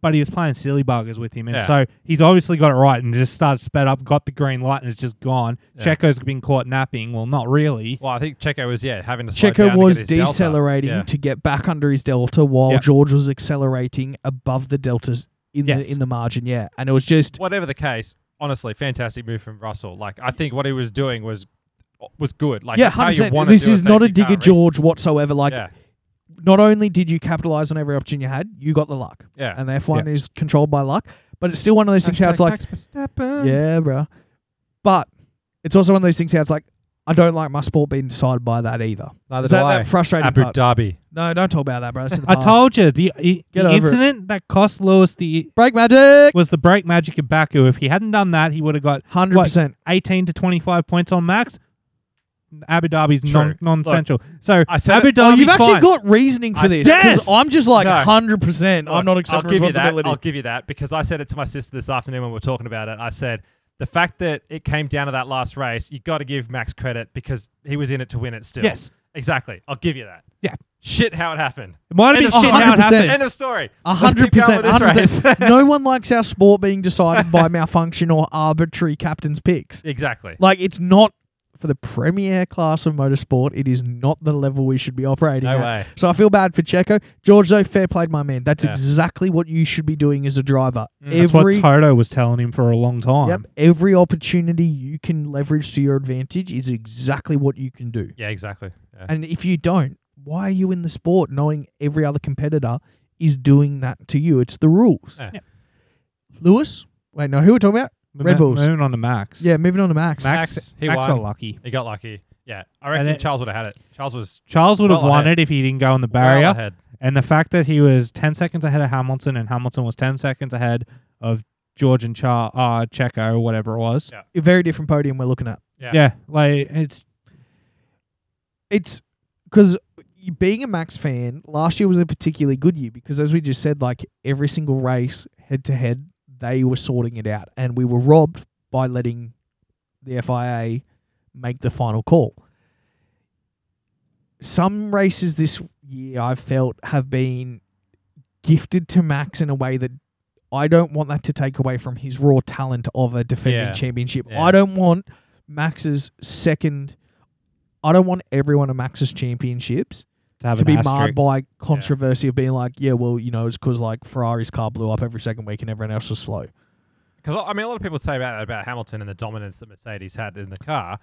Speaker 2: But he was playing silly buggers with him, and
Speaker 3: Yeah.
Speaker 2: so he's obviously got it right and just started sped up, got the green light, and it's just gone.
Speaker 3: Yeah.
Speaker 2: Checo's been caught napping. Well, not really.
Speaker 3: well, I think Checo was yeah having to slow down
Speaker 1: Checo was
Speaker 3: to get his delta.
Speaker 1: decelerating
Speaker 3: Yeah.
Speaker 1: to get back under his delta while
Speaker 2: Yep.
Speaker 1: George was accelerating above the deltas in
Speaker 2: Yes.
Speaker 1: the in the margin. Yeah. And it was just
Speaker 3: Whatever the case, honestly, fantastic move from Russell. Like I think what he was doing was was good. Like
Speaker 1: yeah,
Speaker 3: it's how you
Speaker 1: 100%.
Speaker 3: want
Speaker 1: This
Speaker 3: do
Speaker 1: is not a
Speaker 3: safety
Speaker 1: dig
Speaker 3: car
Speaker 1: at
Speaker 3: race.
Speaker 1: George whatsoever. Like,
Speaker 3: yeah,
Speaker 1: not only did you capitalize on every opportunity you had, you got the luck.
Speaker 3: yeah.
Speaker 1: And the F1 is controlled by luck. But it's still one of those things how it's
Speaker 3: Hashtag
Speaker 1: like,
Speaker 3: Max Verstappen.
Speaker 1: yeah, bro. But it's also one of those things how it's like, I don't like my sport being decided by that either.
Speaker 3: Neither
Speaker 1: Is
Speaker 3: do
Speaker 1: that,
Speaker 3: I.
Speaker 1: that frustrating
Speaker 3: Abu
Speaker 1: part?
Speaker 3: Dhabi.
Speaker 1: No, don't talk about that, bro. That's in the
Speaker 2: I
Speaker 1: past.
Speaker 2: told you the, the
Speaker 1: Get over it.
Speaker 2: incident that cost Lewis the
Speaker 1: Break magic.
Speaker 2: was the brake magic at Baku. If he hadn't done that, he would have got
Speaker 1: 100%.
Speaker 2: 18 to 25 points on max. Abu Dhabi's
Speaker 3: True.
Speaker 2: non non-essential. So
Speaker 3: I said
Speaker 2: Abu
Speaker 3: it- Oh,
Speaker 2: Dhabi's
Speaker 1: You've actually
Speaker 2: fine.
Speaker 1: got reasoning for
Speaker 3: I-
Speaker 1: this. 'cause
Speaker 2: Yes!
Speaker 1: I'm just like,
Speaker 3: No.
Speaker 1: 100%. I'm
Speaker 3: Look,
Speaker 1: not accepting
Speaker 3: I'll give you that.
Speaker 1: responsibility.
Speaker 3: I'll give you that because I said it to my sister this afternoon when we were talking about it. I said the fact that it came down to that last race, you got to give Max credit because he was in it to win it still.
Speaker 2: Yes.
Speaker 3: exactly. I'll give you that.
Speaker 2: Yeah.
Speaker 3: Shit, how it happened.
Speaker 2: It might have
Speaker 3: End
Speaker 2: been
Speaker 3: of
Speaker 2: shit how it
Speaker 1: 100%.
Speaker 2: happened.
Speaker 3: End of story.
Speaker 1: A
Speaker 3: Let's
Speaker 1: hundred
Speaker 3: keep
Speaker 1: percent.
Speaker 3: going with this
Speaker 1: a hundred
Speaker 3: race.
Speaker 1: percent. No one likes our sport being decided by malfunction or arbitrary captain's picks.
Speaker 3: exactly.
Speaker 1: Like it's not for the premier class of motorsport. It is not the level we should be operating
Speaker 3: No
Speaker 1: at.
Speaker 3: way.
Speaker 1: So I feel bad for Checo. George, though, fair played, my man. That's
Speaker 3: Yeah. Mm,
Speaker 1: exactly what you should be doing as a driver.
Speaker 2: That's
Speaker 1: every
Speaker 2: what Toto was telling him for a long time.
Speaker 1: yep, every opportunity you can leverage to your advantage is exactly what you can do.
Speaker 3: Yeah, exactly. Yeah.
Speaker 1: And if you don't, why are you in the sport knowing every other competitor is doing that to you? It's the rules.
Speaker 3: Yeah. Yeah.
Speaker 1: Lewis? Wait, no, who are we talking about?
Speaker 2: Mo-
Speaker 1: Red Bulls.
Speaker 2: Moving on to Max.
Speaker 1: Yeah, moving on to Max.
Speaker 2: Max,
Speaker 3: Max,
Speaker 2: Max,
Speaker 3: he won.
Speaker 2: got lucky.
Speaker 3: He got lucky. Yeah, I
Speaker 2: And
Speaker 3: reckon
Speaker 2: then-
Speaker 3: Charles would have had it. Charles was
Speaker 2: Charles would have
Speaker 3: Well
Speaker 2: won
Speaker 3: ahead.
Speaker 2: it if he didn't go in the
Speaker 3: well
Speaker 2: barrier.
Speaker 3: ahead.
Speaker 2: and the fact that he was 10 seconds ahead of Hamilton and Hamilton was 10 seconds ahead of George and Char uh, Checo or whatever it was.
Speaker 3: Yeah.
Speaker 1: A very different podium we're looking at.
Speaker 3: Yeah.
Speaker 2: yeah like it's
Speaker 1: It's because being a Max fan, last year was a particularly good year because, as we just said, like every single race head to head, they were sorting it out, and we were robbed by letting the FIA make the final call. Some races this year I've felt have been gifted to Max in a way that I don't want that to take away from his raw talent of a defending
Speaker 3: Yeah.
Speaker 1: championship.
Speaker 3: Yeah.
Speaker 1: I don't want Max's second. I don't want everyone of Max's championships
Speaker 2: to have
Speaker 1: to
Speaker 2: an
Speaker 1: be
Speaker 2: asterisk.
Speaker 1: marred by controversy of being like, yeah, well, you know, it's because like Ferrari's car blew up every second week and everyone else was slow.
Speaker 3: Because I mean, a lot of people say about that about Hamilton and the dominance that Mercedes had in the car,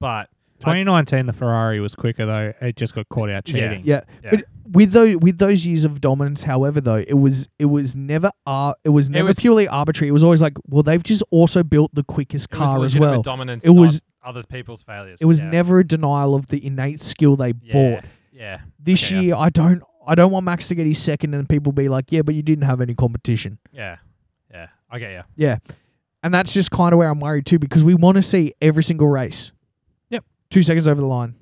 Speaker 3: but
Speaker 2: 2019, the Ferrari was quicker though. It just got caught out
Speaker 3: Yeah.
Speaker 2: cheating.
Speaker 1: Yeah.
Speaker 3: Yeah.
Speaker 1: But with those with those years of dominance, however, though it was it was never ar- it was never
Speaker 3: was-
Speaker 1: purely arbitrary. It was always like, well, they've just also built the quickest
Speaker 3: it was
Speaker 1: car as
Speaker 3: legitimate
Speaker 1: well.
Speaker 3: Dominance,
Speaker 1: It was-
Speaker 3: not other people's failures.
Speaker 1: It was
Speaker 3: Yeah.
Speaker 1: never a denial of the innate skill they
Speaker 3: yeah.
Speaker 1: bought.
Speaker 3: Yeah,
Speaker 1: This
Speaker 3: Okay, yeah.
Speaker 1: year, I don't I don't want Max to get his second and people be like, yeah, but you didn't have any competition.
Speaker 3: yeah, yeah. I get you.
Speaker 1: And that's just kind of where I'm worried too, because we want to see every single race.
Speaker 2: Yep.
Speaker 1: Two seconds over the line.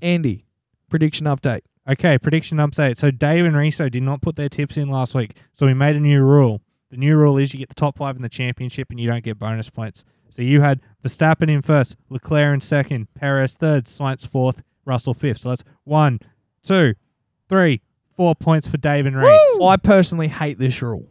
Speaker 1: Andy, prediction update.
Speaker 2: Okay, prediction update. So Dave and Riso did not put their tips in last week. So we made a new rule. The new rule is you get the top five in the championship and you don't get bonus points. So you had Verstappen in first, Leclerc in second, Perez third, Sainz fourth, Russell fifth. So that's one, two, three, four points for Dave and Reese.
Speaker 1: I personally hate this rule.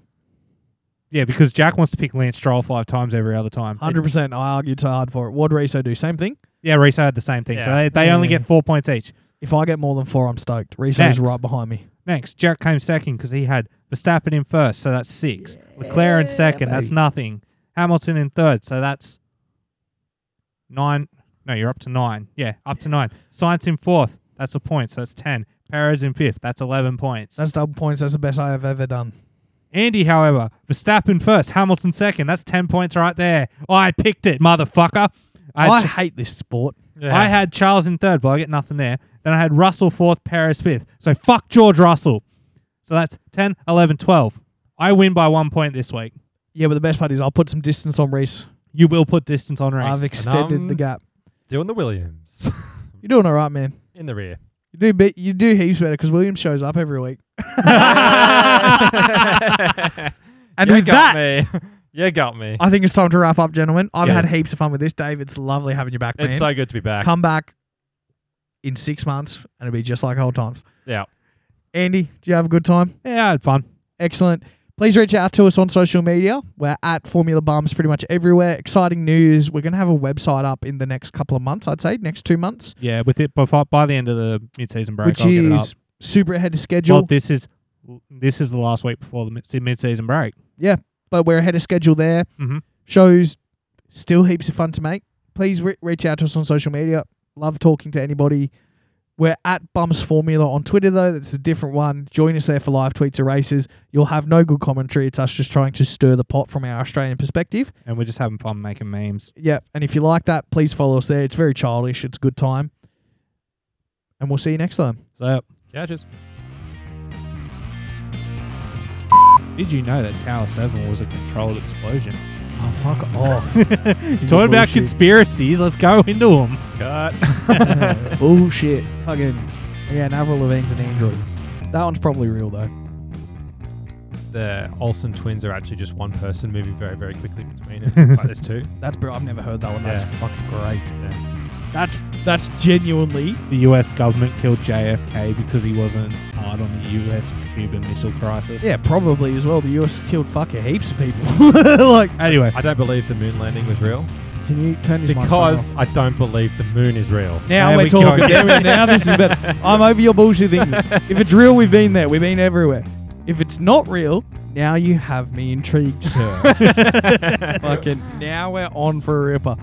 Speaker 2: Yeah, because Jack wants to pick Lance Stroll five times every other time.
Speaker 1: Hundred percent. I argued too hard for it. What did Riso do? Same thing.
Speaker 2: yeah, Riso had the same thing. So
Speaker 3: Yeah.
Speaker 2: they, they only
Speaker 1: Yeah.
Speaker 2: get four points each.
Speaker 1: If I get more than four, I'm stoked. Riso's
Speaker 2: Next.
Speaker 1: right behind me.
Speaker 2: Next, Jack came second because he had Verstappen in first, so that's six. Leclerc in second, that's
Speaker 1: baby.
Speaker 2: nothing. Hamilton in third, so that's nine. No, you're up to nine. Yeah, up to nine. Science in fourth, that's a point, so that's ten. Perez in fifth, that's eleven points.
Speaker 1: That's double points. That's the best I have ever done.
Speaker 2: Andy, however, Verstappen first, Hamilton second, that's ten points right there. I picked it, motherfucker.
Speaker 1: I,
Speaker 2: I,
Speaker 1: hate this sport.
Speaker 3: Yeah.
Speaker 2: I had Charles in third, but I get nothing there. Then I had Russell fourth, Paris fifth. So fuck George Russell. So that's 10, 11, 12. I win by one point this week.
Speaker 1: Yeah, but the best part is I'll put some distance on Reese.
Speaker 2: You will put distance on race.
Speaker 1: I've extended
Speaker 3: Um,
Speaker 1: the gap.
Speaker 3: doing the Williams
Speaker 1: You're doing all right, man.
Speaker 3: in the rear.
Speaker 1: You do be- you do heaps better because Williams shows up every week. And
Speaker 3: you
Speaker 1: with
Speaker 3: got
Speaker 1: that,
Speaker 3: me. You got me.
Speaker 1: I think it's time to wrap up, gentlemen. I've had
Speaker 3: Yes.
Speaker 1: heaps of fun with this, Dave. It's lovely having you back,
Speaker 3: It's
Speaker 1: man.
Speaker 3: so good to be back.
Speaker 1: Come back in six months, and it'll be just like old times.
Speaker 3: Yeah.
Speaker 1: Andy, do you have a good time?
Speaker 2: yeah, I had fun.
Speaker 1: Excellent. Please reach out to us on social media. We're at Formula Bums pretty much everywhere. Exciting news. We're going to have a website up in the next couple of months, I'd say, next two months,
Speaker 2: Yeah, with it by, by the end of the mid-season break,
Speaker 1: which
Speaker 2: I'll get it up.
Speaker 1: is super ahead of schedule.
Speaker 2: Well, this is this is the last week before the mid- mid-season break.
Speaker 1: but we're ahead of schedule there.
Speaker 2: Mhm.
Speaker 1: Shows still heaps of fun to make. Please re- reach out to us on social media. Love talking to anybody. We're at Bums Formula on Twitter, though. That's a different one. Join us there for live tweets or races. You'll have no good commentary. It's us just trying to stir the pot from our Australian perspective.
Speaker 2: And we're just having fun making memes.
Speaker 1: Yeah, and if you like that, please follow us there. It's very childish. It's a good time. And we'll see you next time.
Speaker 2: So,
Speaker 3: Catches.
Speaker 2: did you know that Tower 7 was a controlled explosion?
Speaker 1: Oh, fuck off.
Speaker 2: Talking about
Speaker 1: bullshit.
Speaker 2: conspiracies, let's go into them.
Speaker 3: Cut.
Speaker 1: Bullshit. Fucking. Yeah, Avril Levine's an android. That one's probably real, though.
Speaker 3: the Olsen twins are actually just one person moving very, very quickly between it. like there's two.
Speaker 1: That's bro. I've never heard that one. That's
Speaker 3: Yeah.
Speaker 1: fucking great.
Speaker 3: Yeah.
Speaker 1: That's that's genuinely.
Speaker 2: the US government killed JFK because he wasn't hard on the US Cuban Missile Crisis.
Speaker 1: Yeah, probably as well. The US killed fucking heaps of people. like,
Speaker 2: Anyway,
Speaker 3: I don't believe the moon landing was real
Speaker 1: can you turn this
Speaker 3: because I don't believe the moon is real.
Speaker 1: now
Speaker 2: There
Speaker 1: we're
Speaker 2: we go
Speaker 1: talking. There we- now this is better. I'm over your bullshit things. If it's real, we've been there. We've been everywhere. If it's not real, now you have me intrigued, sir. Fucking now we're on for a ripper.